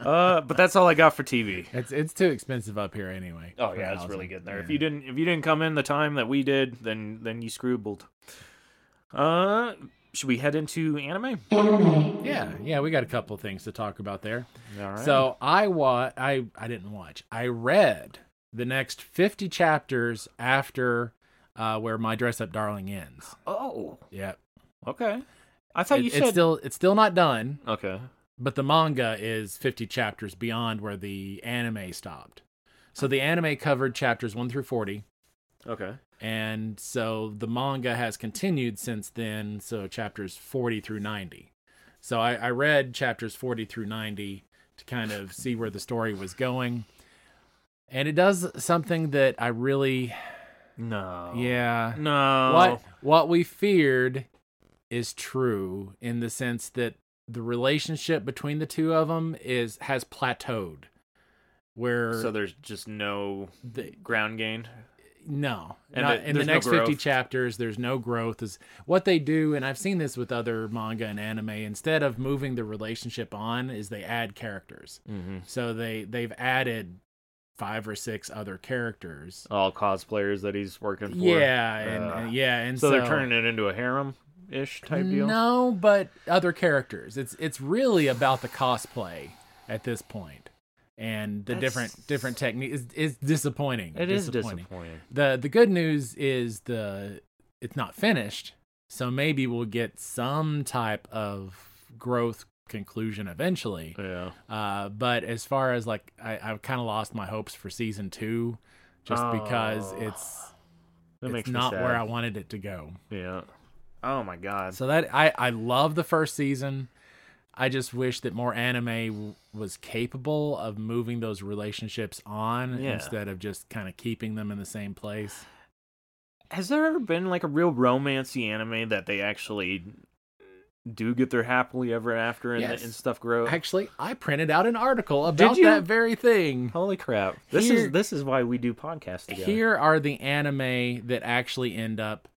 uh, but that's all I got for TV. It's it's too expensive up here anyway. Oh for yeah, it's housing. really good there. If Yeah. you didn't if you didn't come in the time that we did, then then you screwbled. Uh should we head into anime? Anime. yeah, yeah, we got a couple of things to talk about there. All right. So I wa I I didn't watch. I read the next fifty chapters after uh, where my dress up darling ends. Oh. Yeah, Okay. I thought It- you it's said still it's still not done, Okay. but the manga is fifty chapters beyond where the anime stopped. So the anime covered chapters one through forty, Okay. and so the manga has continued since then. So chapters forty through ninety. So I, I read chapters forty through ninety to kind of see where the story was going. And it does something that I really, No. yeah, No. what what we feared is true in the sense that the relationship between the two of them is has plateaued where So there's just no the, ground gain. no And not- the- in the there's no next 50 growth. chapters there's no growth is what they do and i've seen this with other manga and anime instead of moving the relationship on is they add characters Mm-hmm. so they they've added five or six other characters All cosplayers that he's working for. yeah and, Uh, and- yeah and so, So, they're turning it into a harem ish type deal. No, but other characters. It's it's really about the cosplay at this point, and the That's- different different techniques is is disappointing. It is disappointing. The the good news is the it's not finished, so maybe we'll get some type of growth conclusion eventually. Yeah. Uh, but as far as like, I, I've kind of lost my hopes for season two, just because Oh, it's That it's makes me not sad. where I wanted it to go. Yeah. Oh my god. So that I I love the first season. I just wish that more anime w- was capable of moving those relationships on Yeah. instead of just kind of keeping them in the same place. Has there ever been like a real romancy anime that they actually do get their happily ever after and, Yes. and stuff grow? Actually, I printed out an article about you? that very thing. Holy crap. This Here- is this is why we do podcasts together. Here are the anime that actually end up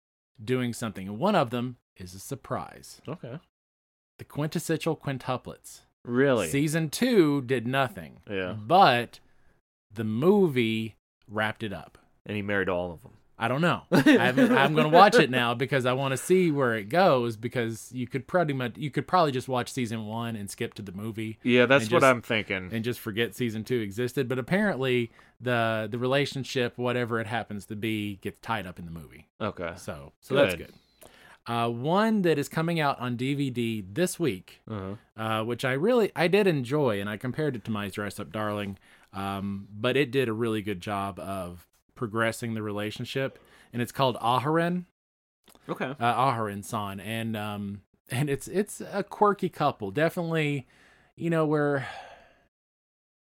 doing something. And One of them is a surprise. Okay. The quintessential quintuplets. Really? Season 2 did nothing. Yeah. But the movie wrapped it up. And he married all of them. I don't know. I haven't, I'm going to watch it now because I want to see where it goes. Because you could pretty much, you could probably just watch season one and skip to the movie Yeah, that's And what just- I'm thinking. and just forget season two existed. But apparently, the the relationship, whatever it happens to be, gets tied up in the movie. okay. So, so that's Good. good. Uh, one that is coming out on DVD this week Uh-huh. uh, which I really I did enjoy, and I compared it to My Dress Up Darling, um, but it did a really good job of progressing the relationship, and it's called Aharen, Okay. uh, Aharen San, and um, and it's it's a quirky couple, definitely, you know where.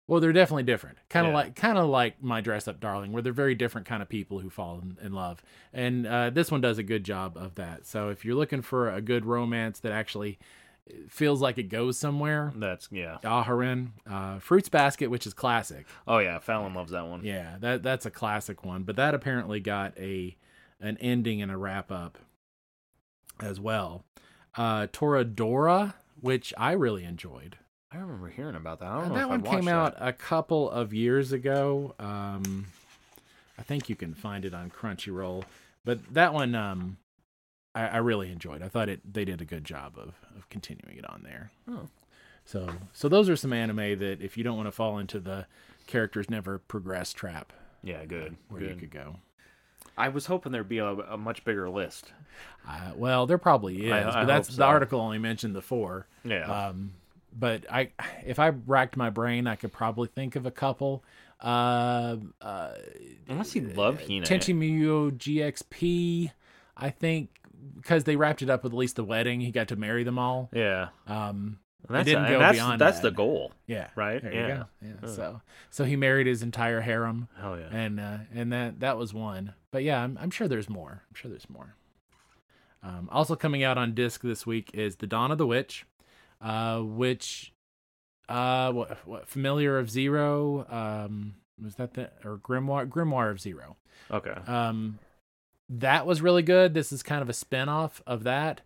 Well, they're definitely different. Kind of Yeah. like, kind of like my dress up darling, where they're very different kind of people who fall in, in love. And uh, this one does a good job of that. So if you're looking for a good romance that actually feels like it goes somewhere, That's yeah. Aharon, uh, Fruits Basket, which is classic. Oh yeah, Fallon loves that one. Yeah, that that's a classic one. But that apparently got a an ending and a wrap up as well. Uh, Toradora, which I really enjoyed. I remember hearing about that. I don't know that if one I'd watch came that. out a couple of years ago. Um, I think you can find it on Crunchyroll. But that one, um, I, I really enjoyed. I thought it they did a good job of of continuing it on there. Oh. So so those are some anime that if you don't want to fall into the characters never progress trap Yeah, good. where you good. could go. I was hoping there'd be a, a much bigger list. Uh, well, there probably is, I- I but that's hope so. the article only mentioned the four. Yeah. Um, but I, if I racked my brain, I could probably think of a couple. Uh, uh, Unless you love Hina. Tenchi Muyo GXP, I think, because they wrapped it up with at least the wedding. He got to marry them all. Yeah. Um, And that's, didn't and go that's, beyond that's that. the goal. yeah. Right? There Yeah. you go. Yeah. So, so he married his entire harem, Hell yeah. and uh, and that that was one. But yeah, I'm, I'm sure there's more. I'm sure there's more. Um, also coming out on disc this week is The Dawn of the Witch, uh, which, uh, what, what familiar of Zero, um, was that the or Grimoire Grimoire of Zero. Okay. Um, that was really good. This is kind of a spin-off of that.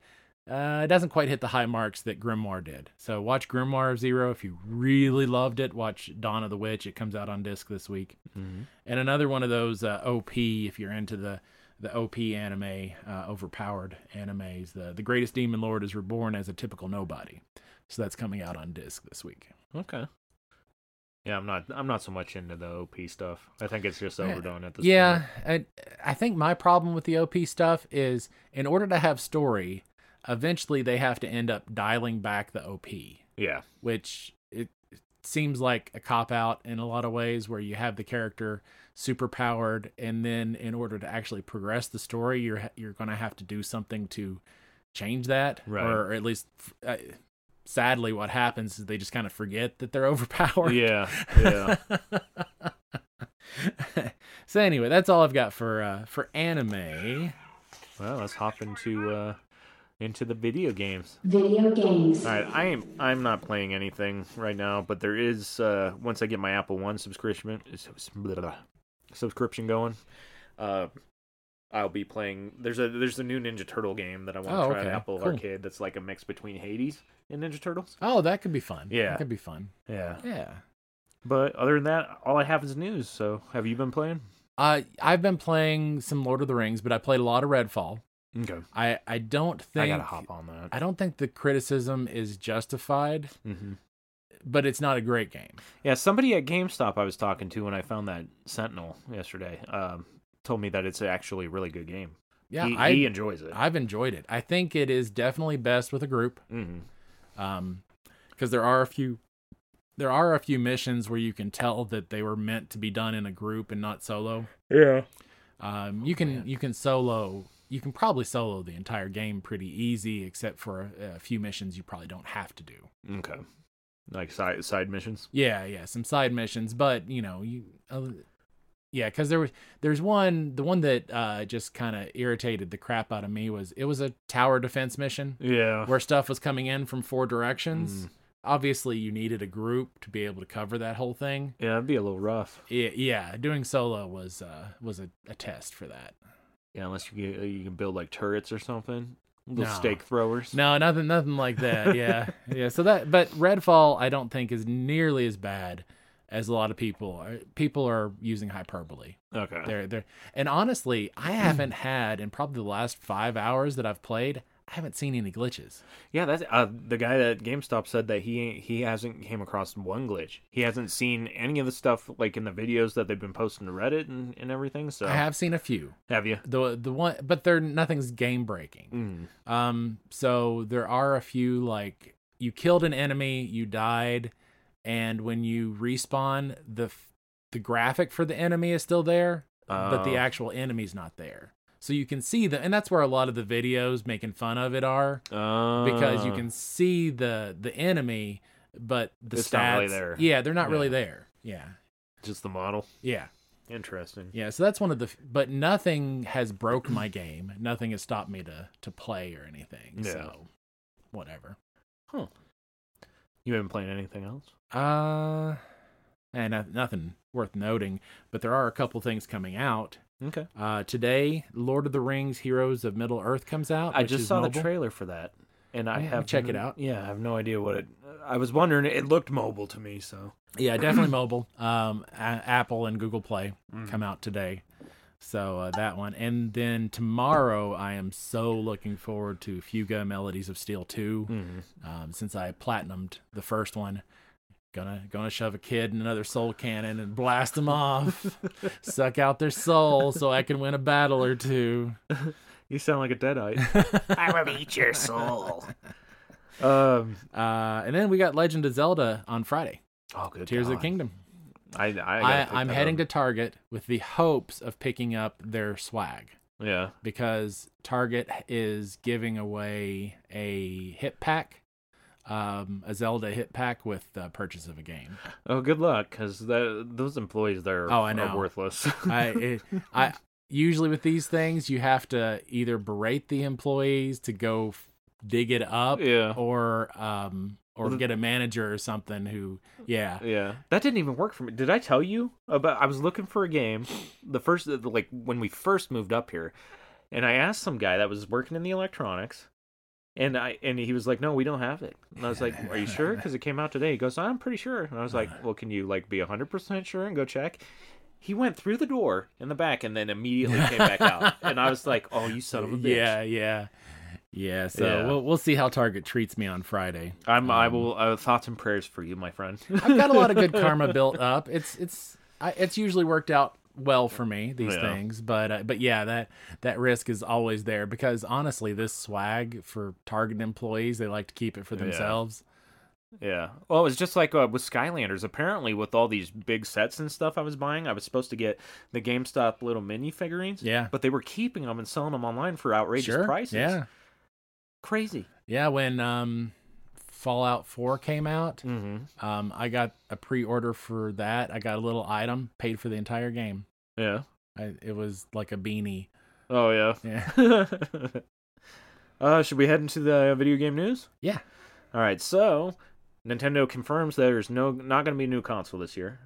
Uh, it doesn't quite hit the high marks that Grimoire did. So watch Grimoire of Zero if you really loved it. Watch Dawn of the Witch. It comes out on disc this week. And another one of those uh, OP if you're into the the OP anime, uh, overpowered animes. The the greatest demon lord is reborn as a typical nobody. So that's coming out on disc this week. Okay. Yeah, I'm not. I'm not so much into the OP stuff. I think it's just overdone at this yeah point. I, I think my problem with the op stuff is in order to have story eventually they have to end up dialing back the op Yeah. which it seems like a cop out in a lot of ways where you have the character super powered and then in order to actually progress the story you're ha- you're going to have to do something to change that Right. or at least uh, sadly what happens is they just kind of forget that they're overpowered Yeah. Yeah. so anyway, that's all I've got for uh, for anime. well, let's hop into uh, into the video games. Video games. All right, I am I'm not playing anything right now, but there is uh once I get my Apple One subscription blah, blah, subscription going, uh I'll be playing there's a there's a new Ninja Turtle game that I want to Oh, try okay, at Apple cool. Arcade that's like a mix between Hades and Ninja Turtles. Oh, that could be fun. Yeah. that could be fun. Yeah. Yeah. But other than that, all I have is news. So, have you been playing? Uh, I've been playing some Lord of the Rings, but I played a lot of Redfall. Okay. I I don't think I got to hop on that. I don't think the criticism is justified, Mm-hmm. but it's not a great game. Yeah, somebody at GameStop I was talking to when I found that Sentinel yesterday, um told me that it's actually a really good game. Yeah, he, I he enjoys it. I've enjoyed it. I think it is definitely best with a group. mm-hmm. um because there are a few there are a few missions where you can tell that they were meant to be done in a group and not solo Yeah. um you can you can solo you can probably solo the entire game pretty easy except for a, a few missions you probably don't have to do Okay. Like side side missions. yeah yeah some side missions but you know you uh, yeah because there was there's one the one that uh just kind of irritated the crap out of me was it was a tower defense mission Yeah. where stuff was coming in from four directions. Mm. Obviously, you needed a group to be able to cover that whole thing. Yeah, that'd be a little rough. Yeah, yeah doing solo was uh, was a, a test for that. Yeah, unless you can, you can build like turrets or something, little No. stake throwers. No, nothing, nothing like that. Yeah, yeah. So that, but Redfall, I don't think is nearly as bad as a lot of people are. People are using hyperbole. Okay. They're they're, and honestly, I haven't had in probably the last five hours that I've played, I haven't seen any glitches. Yeah, that's uh, the guy at GameStop said that he ain't- he hasn't came across one glitch. He hasn't seen any of the stuff like in the videos that they've been posting to Reddit and, and everything. So I have seen a few. Have you? Mm-hmm. the the one but they're nothing's game breaking um so there are a few like you killed an enemy you died and when you respawn the f- the graphic for the enemy is still there but the Oh. actual enemy's not there so you can see the and that's where a lot of the videos making fun of it are Uh, because you can see the the enemy but the It's stats not really there. yeah they're not really Yeah. there yeah just the model. yeah Interesting. yeah, so that's one of the, but nothing has broke my game. Nothing has stopped me to to play or anything. Yeah. So, whatever. Huh. You haven't played anything else? Uh, and uh, nothing worth noting, but there are a couple things coming out. Okay. Uh, today, Lord of the Rings: Heroes of Middle Earth comes out. I which just is saw the mobile. trailer for that, and I Yeah, have check it out. Yeah, I have no idea what it. I was wondering. It looked mobile to me, so Yeah, definitely mobile. Um, A- Apple and Google Play come out today. So uh, that one, and then tomorrow, I am so looking forward to Fuga Melodies of Steel 2 Um, since I platinumed the first one, Gonna gonna shove a kid in another soul cannon and blast them off, suck out their soul so I can win a battle or two. You sound like a deadite. I will eat your soul. um, Uh, and then we got Legend of Zelda on Friday. oh, good. Tears of the God. Kingdom. I, I, I, I'm heading to Target with the hopes of picking up their swag to. Yeah. because Target is giving away a hit pack, um, a Zelda hit pack with the purchase of a game. Oh, good luck, because those employees there Oh, I know. are worthless. I, it, I usually with these things you have to either berate the employees to go f- dig it up, Yeah. or um, or Well, the- get a manager or something who, yeah, Yeah, that didn't even work for me. Did I tell you about? I was looking for a game, the first like when we first moved up here, and I asked some guy that was working in the electronics, and I and he was like, "No, we don't have it." And I was like, "Are you sure?" Because it came out today. He goes, "I'm pretty sure." And I was like, "Well, can you like be hundred percent sure and go check?" He went through the door in the back and then immediately came back out, and I was like, "Oh, you son of a bitch!" yeah, yeah, yeah. So Yeah. we'll we'll see how Target treats me on Friday. I'm. I will. Uh, thoughts and prayers for you, my friend. I've got a lot of good karma built up. It's it's I, it's usually worked out well for me these Yeah. things, but uh, but yeah, that that risk is always there because honestly, this swag for Target employees, they like to keep it for Yeah. themselves. Yeah. Well, it was just like uh, with Skylanders. Apparently, with all these big sets and stuff I was buying, I was supposed to get the GameStop little mini figurines. Yeah. But they were keeping them and selling them online for outrageous sure, prices. yeah, Crazy. yeah. When um, Fallout Four came out, Mm-hmm. um, I got a pre-order for that. I got a little item, paid for the entire game. Yeah. I, it was like a beanie. Oh yeah. Yeah. uh, should we head into the video game news? Yeah. All right. So Nintendo confirms there's no not going to be a new console this year.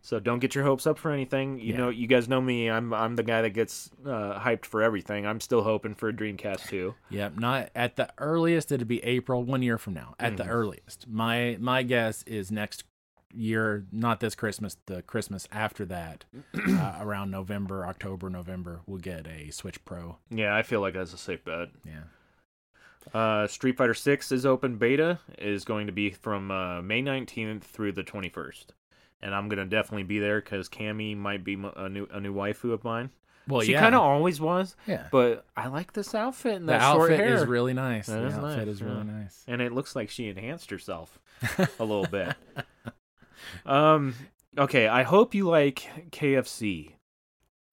So don't get your hopes up for anything. You Yeah. know, you guys know me. I'm I'm the guy that gets uh, hyped for everything. I'm still hoping for a Dreamcast too. Yep, not at the earliest. It'd be April, one year from now, at the Mhm. earliest. My my guess is next year, not this Christmas, the Christmas after that, uh, around November, October, November, we'll get a Switch Pro. Yeah, I feel like that's a safe bet. Yeah, Uh, Street Fighter Six is open beta is going to be from uh, May 19th through the 21st, and I'm gonna definitely be there because Cammy might be m- a new a new waifu of mine. well, she yeah, kind of always was, yeah. but I like this outfit and the that short outfit hair. is really nice. That the is outfit nice, is yeah. really nice. and it looks like she enhanced herself a little bit. um, okay, I hope you like KFC.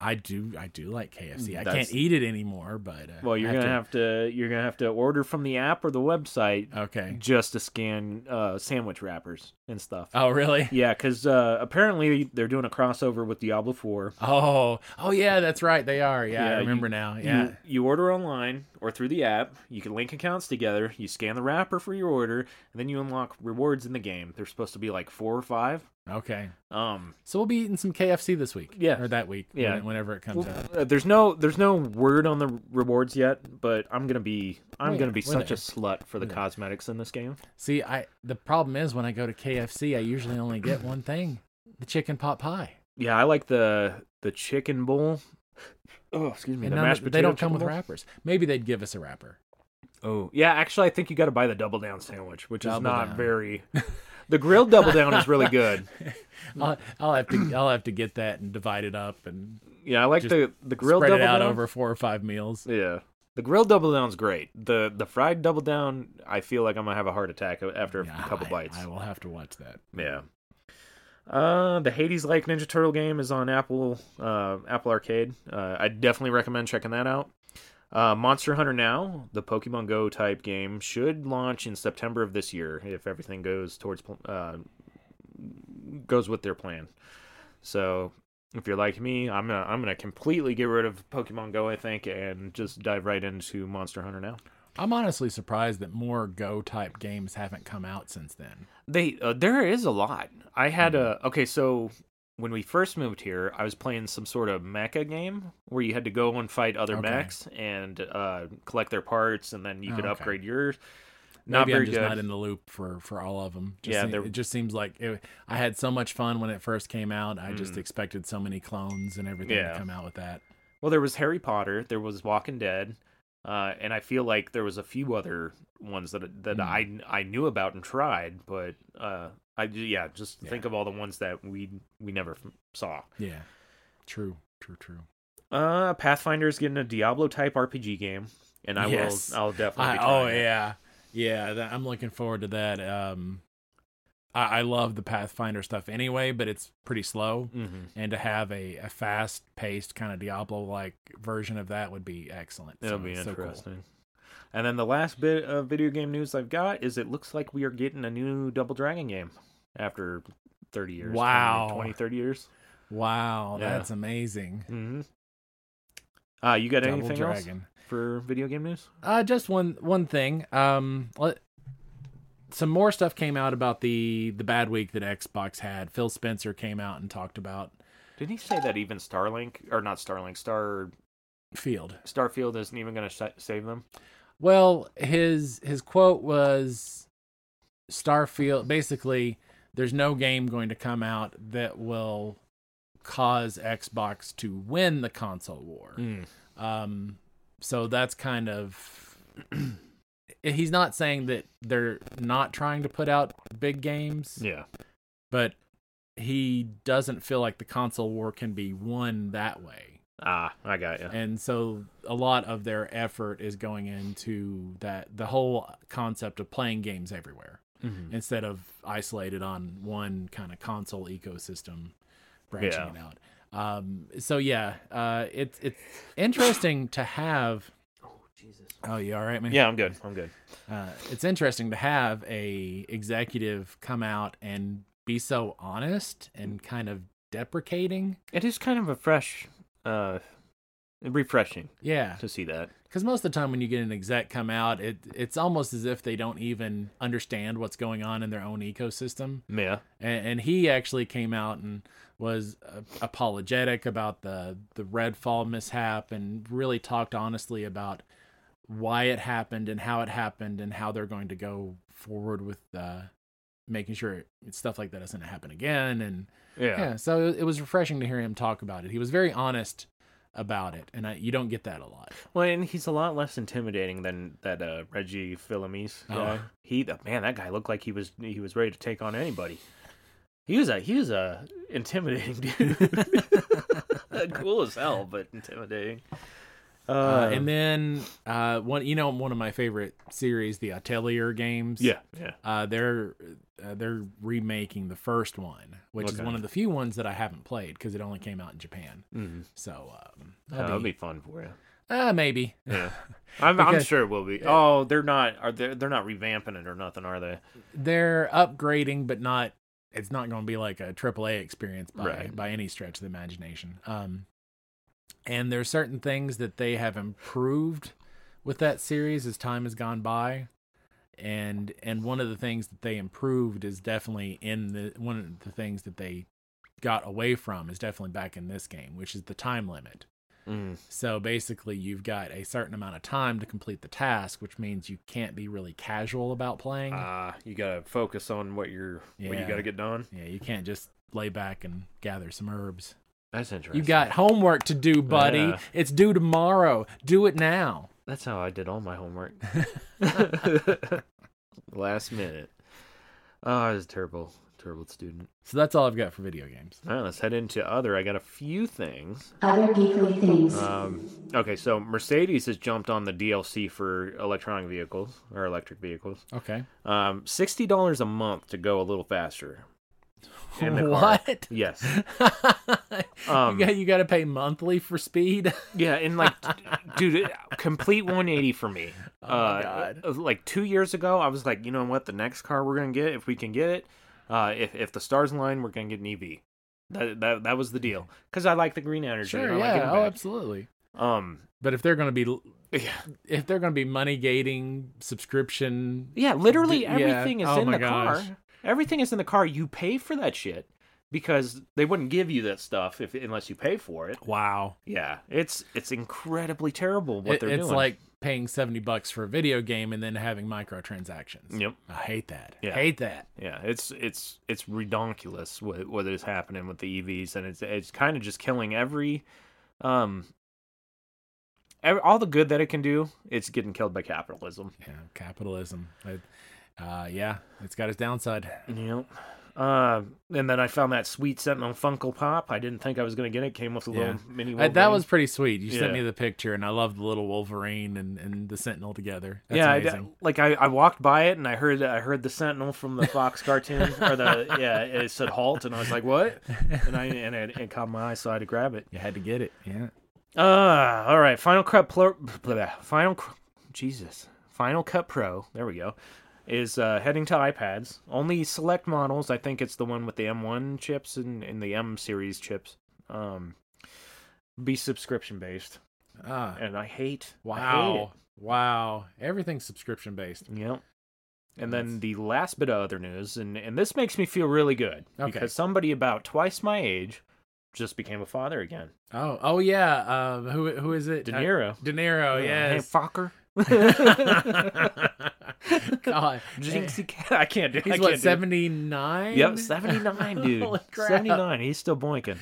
I do, I do like KFC. I That's- can't eat it anymore, but uh, Well, you're I gonna have to you're gonna have to order from the app or the website okay. just to scan uh, sandwich wrappers and stuff. Oh, really? Yeah, because uh, apparently they're doing a crossover with Diablo 4. Oh, oh yeah, that's right. They are. Yeah, I Yeah, you- remember now. Yeah. You, you order online or through the app. You can link accounts together. You scan the wrapper for your order, and then you unlock rewards in the game. They're supposed to be like four or five. okay. Um, So we'll be eating some KFC this week. Yeah. Or that week. Yeah. when- Whenever it comes well, out. uh, there's no there's no word on the rewards yet, but I'm gonna be We're I'm gonna there. be We're such there. a slut for the We're there. cosmetics in this game. See, I the problem is when I go to KFC, I usually only get one thing the chicken pot pie. Yeah, I like the the chicken bowl. Oh, excuse me, And the none mashed of- they don't potato come with chicken bowl. wrappers. Maybe they'd give us a wrapper. Oh yeah, actually, I think you got to buy the double down sandwich, which Double is not down. very. The grilled double down is really good. Hmm. I'll, I'll have to I'll have to get that and divide it up and Yeah, I like Just the the grilled spread it double out down. over four or five meals. Yeah, the grilled double down's great. the The fried double down, I feel like I'm gonna have a heart attack after a Yeah, couple I- bites. I will have to watch that. Yeah. Uh, the Hades like Ninja Turtle game is on Apple uh, Apple Arcade. Uh, I definitely recommend checking that out. Uh, Monster Hunter Now, the Pokemon Go type game, should launch in September of this year if everything goes towards pl- uh, goes with their plan. So, if you're like me, I'm gonna I'm gonna completely get rid of Pokemon Go, I think, and just dive right into Monster Hunter Now. I'm honestly surprised that more Go type games haven't come out since then. They uh, there is a lot. I had Mm-hmm. a okay. So when we first moved here, I was playing some sort of mecha game where you had to go and fight other Okay. mechs and uh, collect their parts, and then you Oh, could okay. upgrade yours. Not Maybe very I'm just good. not in the loop for for all of them. Just Yeah, yeah, they're- it just seems like it, I had so much fun when it first came out. I just expected so many clones and everything Hmm. Yeah. to come out with that. Well, there was Harry Potter, there was Walking Dead, uh, and I feel Mm-hmm. like there was a few other ones that that I I knew about and tried, but uh, I I ju- yeah, just Yeah. think of all the ones that we we never f- saw. Yeah. True. True. True. Uh, Pathfinder's getting a Diablo type RPG game, and I Yes. will I'll definitely. I, Be oh trying it. yeah, yeah. That, I'm looking forward to that. Um, I, I love the Pathfinder stuff anyway, but it's pretty slow, Mhm. and to have a, a fast paced kind of Diablo like version of that would be excellent. It'll So be it's so cool. interesting. And then the last bit of video game news I've got is it looks like we are getting a new Double Dragon game after 30 years. 20, Wow. 20, 30 years. Wow, Yeah. that's amazing. Mm-hmm. Uh, you got Double anything else Dragon. for video game news? Uh, just one one thing. Um, let, some more stuff came out about the the bad week that Xbox had. Phil Spencer came out and talked about Didn't he say that even Starlink, or not Starlink, Star Field. Starfield isn't even going to sa- save them? Well, his his quote was Starfield basically there's no game going to come out that will cause Xbox to win the console war. Hmm. Um so that's kind of he's not saying that they're not trying to put out big games, Yeah. but he doesn't feel like the console war can be won that way Ah, I got you. and so a lot of their effort is going into that the whole concept of playing games everywhere Mm-hmm. instead of isolated on one kind of console ecosystem branching Yeah. it out um so yeah uh it's it's interesting to have oh jesus oh you all right man Yeah, I'm good. I'm good. uh, it's interesting to have a executive come out and be so honest and kind of deprecating It is kind of a fresh, uh, refreshing yeah to see that. Because most of the time, when you get an exec come out, it it's almost as if they don't even understand what's going on in their own ecosystem. Yeah. And, and he actually came out and was uh, apologetic about the the Redfall mishap and really talked honestly about why it happened and how it happened and how they're going to go forward with uh, making sure stuff like that doesn't happen again and Yeah. yeah, so it was refreshing to hear him talk about it. He was very honest about it, and I, you don't get that a lot. Well, and he's a lot less intimidating than that uh, Reggie Fils-Aimé Oh. guy. He, the, man, that guy looked like he was he was ready to take on anybody. He was a he was a intimidating dude. cool as hell, but intimidating. Uh, Uh, and then uh, one, you know, one of my favorite series, the Atelier games. yeah, yeah, uh, they're uh, they're remaking the first one, which is Okay. one of the few ones that I haven't played because it only came out in Japan. So um, that'll I'll be, be, fun for you. uh, maybe. Yeah, I'm, I'm Because- sure we'll be. Oh, they're not are they? They're not revamping it or nothing, are they? they're upgrading, but not. It's not going to be like a AAA experience by Right. by any stretch of the imagination. Um, and there's certain things that they have improved with that series as time has gone by, and and one of the things that they improved is definitely in the one of the things that they got away from is definitely back in this game, which is the time limit. Mm. So basically, you've got a certain amount of time to complete the task, which means you can't be really casual about playing. Uh, you gotta focus on what you're what you Yeah. gotta get done. Yeah, you can't just lay back and gather some herbs. That's interesting. You got homework to do, buddy. Yeah. It's due tomorrow. Do it now. That's how I did all my homework. Last minute. Oh, I was a terrible, terrible student. So that's all I've got for video games. All right, let's head into other. I got a few things. Other geekly things. Um, okay, so Mercedes has jumped on the DLC for electronic vehicles or electric vehicles. Okay. Um, sixty dollars a month to go a little faster. in the car. what? Yes. you Um, got you got to pay monthly for speed. Yeah, and like, dude, complete 180 for me. Oh my uh, God. uh, Like two years ago, I was like, you know what? The next car we're gonna get, if we can get it, uh, if if the stars align, we're gonna get an EV. That that, that was the Mm. deal. Because I like the green energy. and I like giving oh, back. absolutely. Um. But if they're going to be Yeah. if they're going to be money gating subscription, Yeah. Literally D- yeah. everything is Oh in my the gosh. car. Everything is in the car. You pay for that shit because they wouldn't give you that stuff if unless you pay for it. wow. Yeah. It's it's incredibly terrible what It- they're it's doing. like paying 70 bucks for a video game and then having microtransactions. Yep. I hate that. Yeah. Hate that. Yeah, it's it's it's redonkulous what what is happening with the EVs, and it's it's kind of just killing every, um, ev all the good that it can do. It's getting killed by capitalism. Yeah, capitalism. It- uh, yeah, it's got its downside. Yep. Uh, and then I found that sweet Sentinel Funko Pop. I didn't think I was gonna get it. Came with a Yeah. little mini. Uh, that Wolverine. was pretty sweet. You sent Yeah. me the picture, and I love the little Wolverine and, and the Sentinel together. That's yeah, I- amazing. like I, I walked by it and I heard I heard the Sentinel from the Fox cartoon or the yeah it said halt and I was like what and I and it, it caught my eye so I had to grab it. you had to get it. Yeah. Uh, all right. Final Cut Pro. Final. Cr- Jesus. Final Cut Pro. There we go. Is uh, heading to iPads. Only select models. I think it's the one with the M1 chips and, and the M series chips. Um, be subscription based, Ah, and I hate. I hate wow. Wow. Everything's subscription based. it. Yep. And then That's- the last bit of other news, and, and this makes me feel really good Okay. because somebody about twice my age just became a father again. Oh, oh yeah. Um, who who is it? De Uh, Niro. De Niro. Hey, Yes. fucker. God. Jinxie cat. I can't do. I Eh. He's can't what do it. seventy nine. Yep, seventy nine, dude. seventy nine. He's still boinking.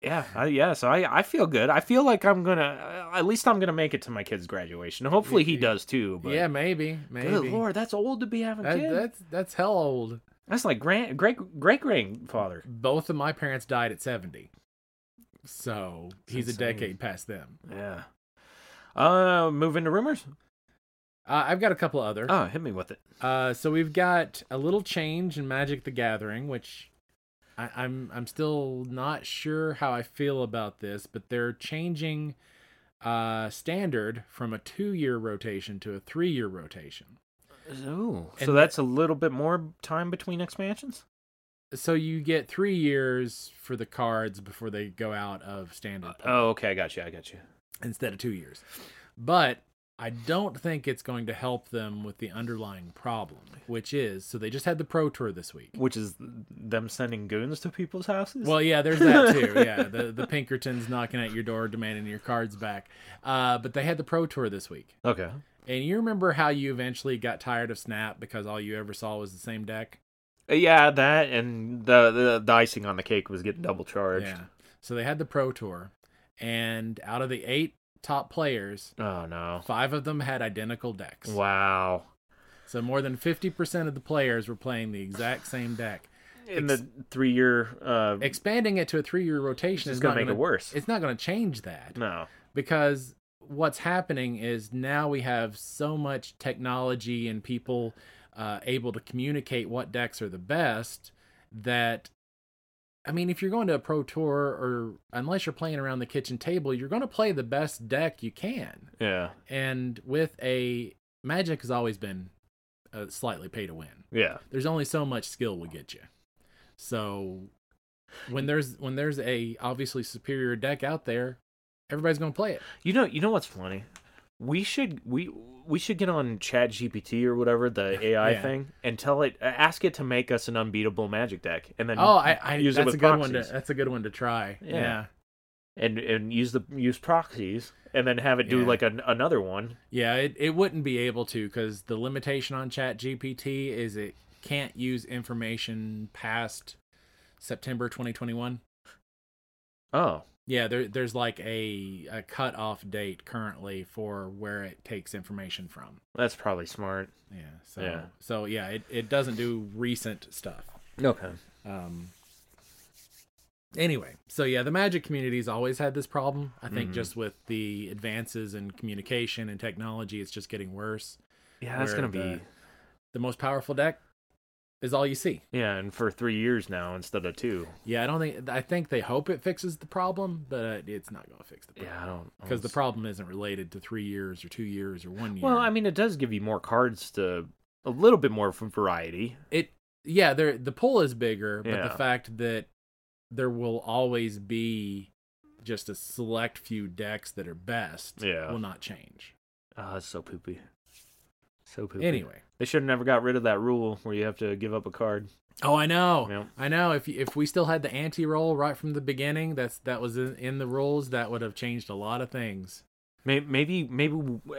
Yeah, I, yeah. So I, I feel good. I feel like I'm gonna. uh, At least I'm gonna make it to my kid's graduation. Hopefully he does too. But yeah, maybe. Maybe. Good lord, that's old to be having That- kids. that's that's hell old. That's like grand, great, great grandfather. Both of my parents died at seventy. So he's a insane. decade past them. Yeah. Uh, move into rumors. Uh, I've got a couple other. Oh, hit me with it. Uh, so we've got a little change in Magic: The Gathering, which I, I'm I'm still not sure how I feel about this, but they're changing uh, standard from a two-year rotation to a three-year rotation. Ooh. So And- that's a little bit more time between expansions. So you get three years for the cards before they go out of standard play Oh, okay. I got you. I got you. instead of two years, but. I don't think it's going to help them with the underlying problem, which is so they just had the pro tour this week. Which is them sending goons to people's houses. Well, yeah, there's that too. Yeah, the the Pinkertons knocking at your door demanding your cards back. Uh, but they had the Pro Tour this week, Okay. and you remember how you eventually got tired of Snap because all you ever saw was the same deck. Yeah, that and the, the the icing on the cake was getting double charged. Yeah. So they had the Pro Tour, and out of the eight top players, Oh no! five of them had identical decks. Wow. So more than fifty percent of the players were playing the exact same deck. In the three year, uh, Expanding it to a three-year rotation just is gonna not make it gonna, worse. It's not going to change that. no. because what's happening is now we have so much technology and people uh, able to communicate what decks are the best that I mean, if you're going to a pro tour or unless you're playing around the kitchen table, you're going to play the best deck you can. Yeah. And with a Magic has always been uh, slightly pay to win. Yeah. There's only so much skill will get you. So Hmm. when there's when there's a obviously superior deck out there, everybody's going to play it. You know. You know what's funny? We should we we should get on Chat GPT or whatever the AI Yeah. thing and tell it ask it to make us an unbeatable magic deck and then Oh, I, I use it that's with a good one. proxies. To, that's a good one to try. Yeah. Yeah. and and use the use proxies and then have it do Yeah. like an, another one. Yeah, it, it wouldn't be able to because the limitation on Chat GPT is it can't use information past September 2021. Oh. Yeah, there, there's like a, a cutoff date currently for where it takes information from. That's probably smart. Yeah. So, Yeah. so yeah, it, it doesn't do recent stuff. Okay. Um, anyway, so yeah, the magic community's always had this problem. I Mm-hmm. think just with the advances in communication and technology, it's just getting worse. Yeah, that's where gonna the- be The most powerful deck is all you see. yeah, and for three years now instead of two. Yeah, I don't think I think they hope it fixes the problem, but it's not going to fix the problem Yeah, I don't I because don't the problem isn't related to three years or two years or one year. Well, I mean, it does give you more cards to a little bit more for variety. it yeah there the pool is bigger but Yeah. the fact that there will always be just a select few decks that are best Yeah. will not change Oh, that's so poopy. So poopy. anyway they should have never got rid of that rule where you have to give up a card. oh i know Yeah. i know if if we still had the anti roll right from the beginning that's that was in, in the rules that would have changed a lot of things May- Maybe, maybe uh,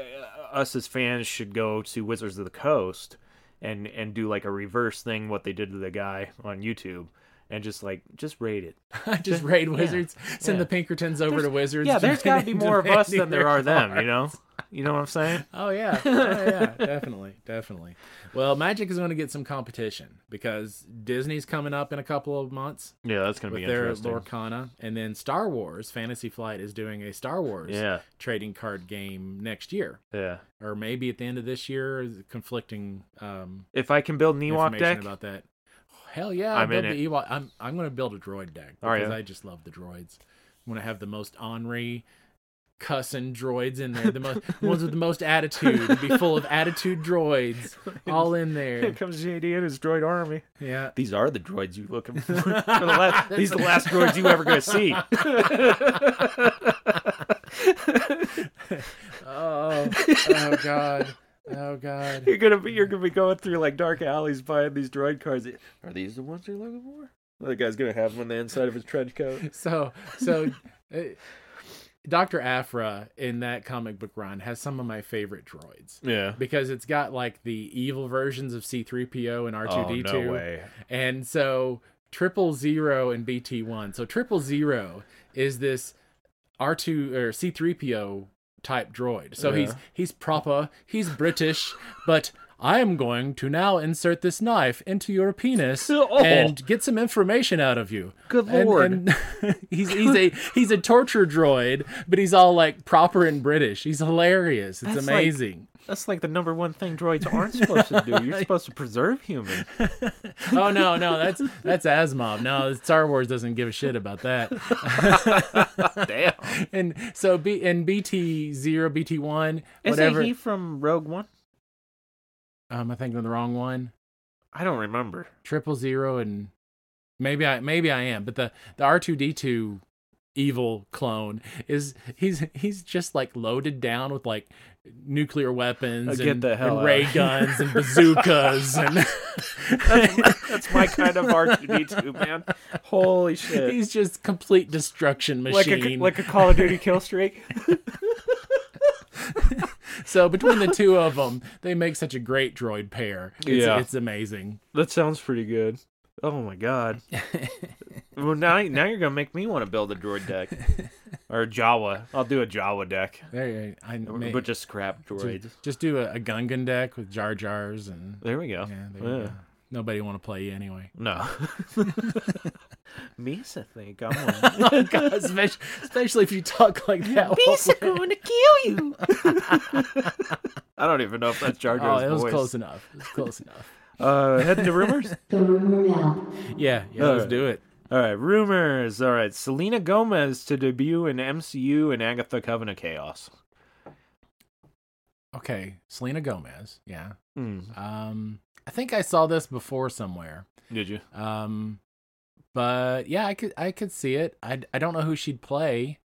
us as fans should go to Wizards of the Coast and and do like a reverse thing what they did to the guy on YouTube and just like just raid it. just raid wizards. Send yeah. the Pinkertons over to wizards. Yeah, there's got to be demanding- more of us than demanding there their are them. You cards. know, you know what I'm saying? Oh yeah, oh, yeah, definitely, definitely. Well, Magic is going to get some competition because Disney's coming up in a couple of months Yeah, that's gonna with be their interesting. Lorcana, and then Star Wars Fantasy Flight is doing a Star Wars Yeah, trading card game next year, yeah. or maybe at the end of this year. is Conflicting um, If I can build an Ewok information deck, about that. Hell yeah! I'm build in the Ewok. I'm I'm going to build a droid deck because Are ya? I just love the droids. I'm going to have the most ornery cussing droids in there. The most ones with the most attitude. Be full of attitude droids all in there. comes JD and his droid army. Yeah. These are the droids you looking for. for the last, these are the last droids you ever gonna see. Oh. Oh god. Oh god. You're gonna be you're gonna be going through like dark alleys buying these droid cards. Are these the ones you're looking for? The guy's gonna have them on the inside of his trench coat. So so. Uh, Dr. Afra in that comic book run has some of my favorite droids. Yeah. because it's got like the evil versions of C3PO and Oh, R2D2. And so triple zero and BT1. So triple zero is this R2 or C3PO type droid. So he's Yeah. he's proper, he's British, but I am going to now insert this knife into your penis Oh. and get some information out of you. Good And- lord. And, he's he's a he's a torture droid, but he's all like proper and British. He's hilarious. It's That's like- amazing. That's like the number one thing droids aren't supposed to do. You're supposed to preserve humans. oh no, no, that's that's Asmob. No, Star Wars doesn't give a shit about that. Damn. And so B and BT zero, BT one, Isn't whatever. he from Rogue One? Um, I think I'm the wrong one. I don't remember. Triple zero and maybe I maybe I am, but the the R two D two evil clone is he's he's just like loaded down with like nuclear Uh, weapons get and, the hell and ray out. guns and bazookas and That's my kind of R2D2, man. Holy shit. he's just complete destruction machine a Call of Duty kill streak. So between the two of them, they make such a great droid pair. It's, Yeah. it's amazing. That sounds pretty good. Oh my god. well, now now you're gonna make me want to build a droid deck or a Jawa. I'll do a Jawa deck, There, I, may- but just scrap droids. just, just do a, a Gungan deck with Jar Jars and There we go. yeah, there you Yeah. go. Nobody want to play you anyway. No. Misa think I'm one. Oh God, especially, especially if you talk like that. going to kill you. Oh, I don't even know if that's Jar Oh, Jar's it was voice. close enough. It was close enough. Uh, heading to rumors. The rumor mill. Yeah, yeah, All let's right. do it. All right, rumors. All right, Selena Gomez to debut in MCU and Agatha Coven of Chaos. Okay, Selena Gomez. Yeah. Hmm. Um, I think I saw this before somewhere. Did you? Um, but yeah, I could I could see it. I I don't know who she'd play.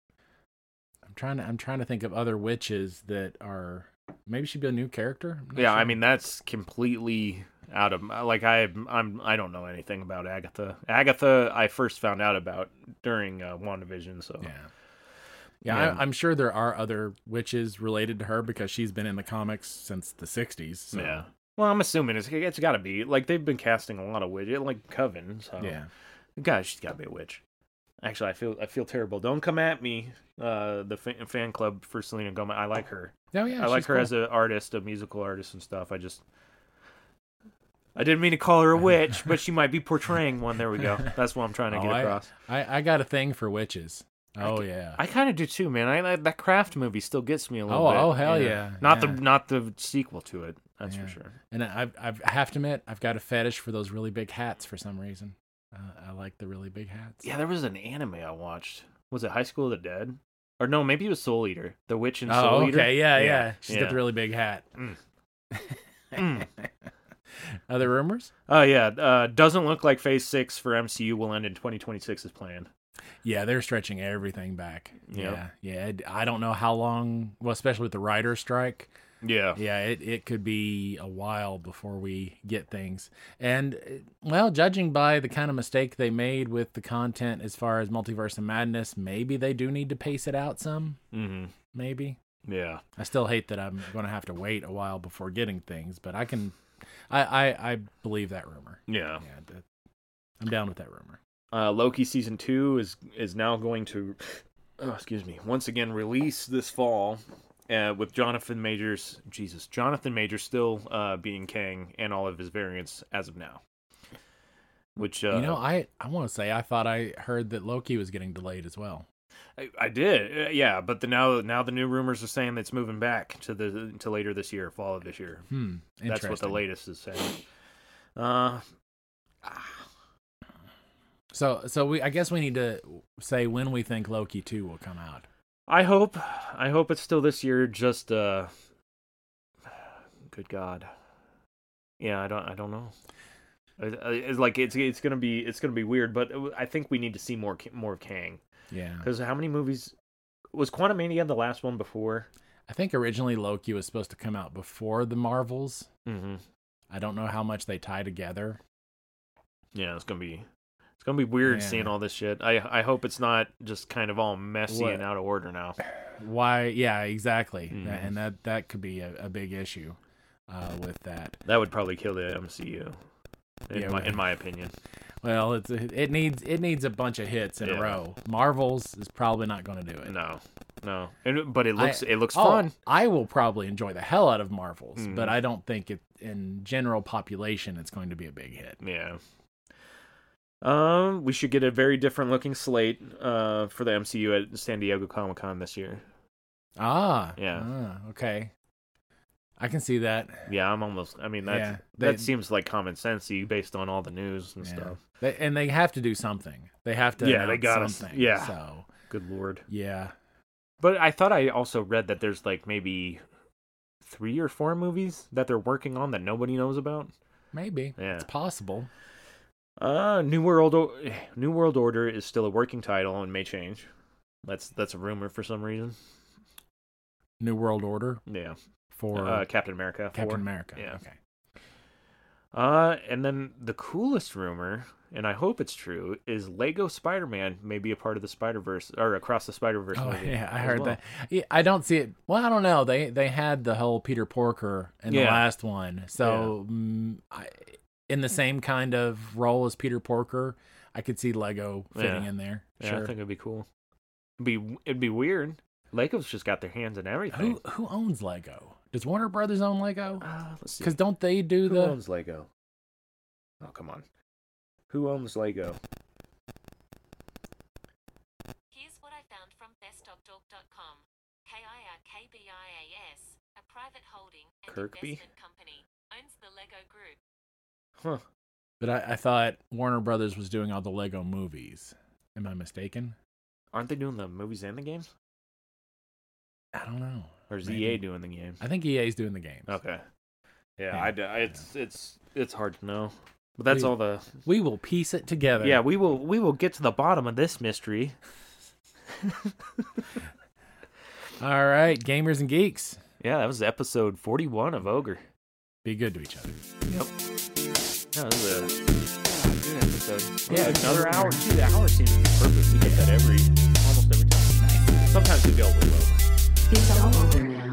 I'm trying to I'm trying to think of other witches that are maybe she'd be a new character. I'm not Yeah, I sure. mean that's completely out of my- like I I'm I don't know anything about Agatha. Agatha I first found out about during uh, WandaVision, so yeah. Yeah, Yeah. I, I'm sure there are other witches related to her because she's been in the comics since the '60s. So, Yeah. Well, I'm assuming it's it's got to be like they've been casting a lot of witch like Coven, so yeah. God, she's got to be a witch. Actually, I feel I feel terrible. Don't come at me. Uh, the fan, fan club for Selena Gomez. I like her. Oh yeah, I like her as an artist, a musical artist and stuff. I just I didn't mean to call her a witch, but she might be portraying one. There we go. That's what I'm trying to get across. Oh, I, I I got a thing for witches. Oh yeah. I kind of do too, man. I, I that Craft movie still gets me a little Oh, bit. oh, hell yeah, Not yeah. the not the sequel to it. That's Yeah. for sure. and I, I've, I've, I have to admit, I've got a fetish for those really big hats for some reason. Uh, I like the really big hats. Yeah, there was an anime I watched. Was it High School of the Dead? Or no, maybe it was Soul Eater. The Witch and Soul Oh, Eater. okay. Yeah, yeah. She's yeah. got the really big hat. Mm. Other rumors? Oh yeah. Uh, doesn't look like Phase Six for MCU will end in 2026 as planned. Yeah, they're stretching everything back. Yeah. Yeah, yeah. it- I don't know how long. Well, especially with the writer strike. Yeah. Yeah, it it could be a while before we get things. And uh, well, judging by the kind of mistake they made with the content as far as Multiverse of Madness, maybe they do need to pace it out some. hmm Maybe. Yeah. I still hate that I'm going to have to wait a while before getting things, but I can. I I, I believe that rumor. Yeah. Yeah, that, I'm down with that rumor. Uh, Loki season two is is now going to, oh, excuse me, once again release this fall, uh, with Jonathan Majors, Jesus, Jonathan Majors still uh, being Kang and all of his variants as of now. Which uh, you know, I I want to say I thought I heard that Loki was getting delayed as well. I, I did, uh, yeah. But the now now the new rumors are saying it's moving back to the to later this year, fall of this year. Hmm. That's what the interesting. latest is saying. Uh, So so we I guess we need to say when we think Loki two will come out. I hope, I hope it's still this year. Just uh, good God, yeah. I don't, I don't know. I- I- It's like it's it's gonna be it's gonna be weird, but I think we need to see more K- more Kang Yeah. because how many movies was Quantum Mania the last one before? I think originally Loki was supposed to come out before the Marvels. Mm-hmm. I don't know how much they tie together. Yeah, it's gonna be it's gonna be weird Yeah. seeing all this shit. I I hope it's not just kind of all messy What? and out of order now. Why? Yeah, exactly. Mhm. That- And that that could be a, a big issue uh, with that. That would probably kill the MCU. In, Yeah, my, right. in my opinion, Well, it's it needs it needs a bunch of hits in Yeah. a row. Marvels is probably not going to do it. no, no. And, but it I- looks it looks oh, fun. I will probably enjoy the hell out of Marvels, Mhm. but I don't think it in general population it's going to be a big hit. Yeah. Um, we should get a very different looking slate uh for the MCU at San Diego Comic Con this year. Ah, Yeah. ah, okay, I can see that. Yeah, I'm almost. I mean, that Yeah, they- that seems like common sense to you based on all the news and Yeah. stuff. They, and they have to do something. They have to. Yeah, they announce gotta s- something. yeah. So Good lord. yeah, But I thought I also read that there's like maybe three or four movies that they're working on that nobody knows about. maybe Yeah. it's possible. Uh, New World o- New World Order is still a working title and may change. That's that's a rumor for some reason. New World Order Yeah. for uh, Captain America. Captain 4. America. Yeah. Okay. Uh, and then the coolest rumor, and I hope it's true, is Lego Spider-Man may be a part of the Spider-Verse or across the Spider-Verse Oh movie. yeah, I as heard well. that. Yeah, I don't see it. Well, I don't know. They they had the whole Peter Porker in the Yeah. last one, so mm, I, in the same kind of role as Peter Porker, I could see Lego fitting Yeah. in there. Yeah, I sure. think it'd be cool. Be it'd be weird. Lego's just got their hands in everything. Who who owns Lego? Does Warner Brothers own Lego? Uh, let's see. Because don't they do Who the? owns Lego? Oh come on. Who owns Lego? Here's what I found from bestofdog.com. KIRKBIAS, a private holding and Kirkby? investment company, owns the Lego Group. Huh. But I, I thought Warner Brothers was doing all the Lego movies. Am I mistaken? Aren't they doing the movies and the games? I don't know. Or is Maybe. EA doing the game? I think EA's doing the games. Okay. Yeah, Yeah. I d I it's it's it's hard to know. But that's We- all the We will piece it together. Yeah, we will we will get to the bottom of this mystery. All right, gamers and geeks, Yeah, that was episode 41 of Ogre. be good to each other. Yep. That was a good episode. Yeah, another good. hour. Dude, an hour seems perfect. We get that every almost every time. Sometimes we go a little over. It's all over now.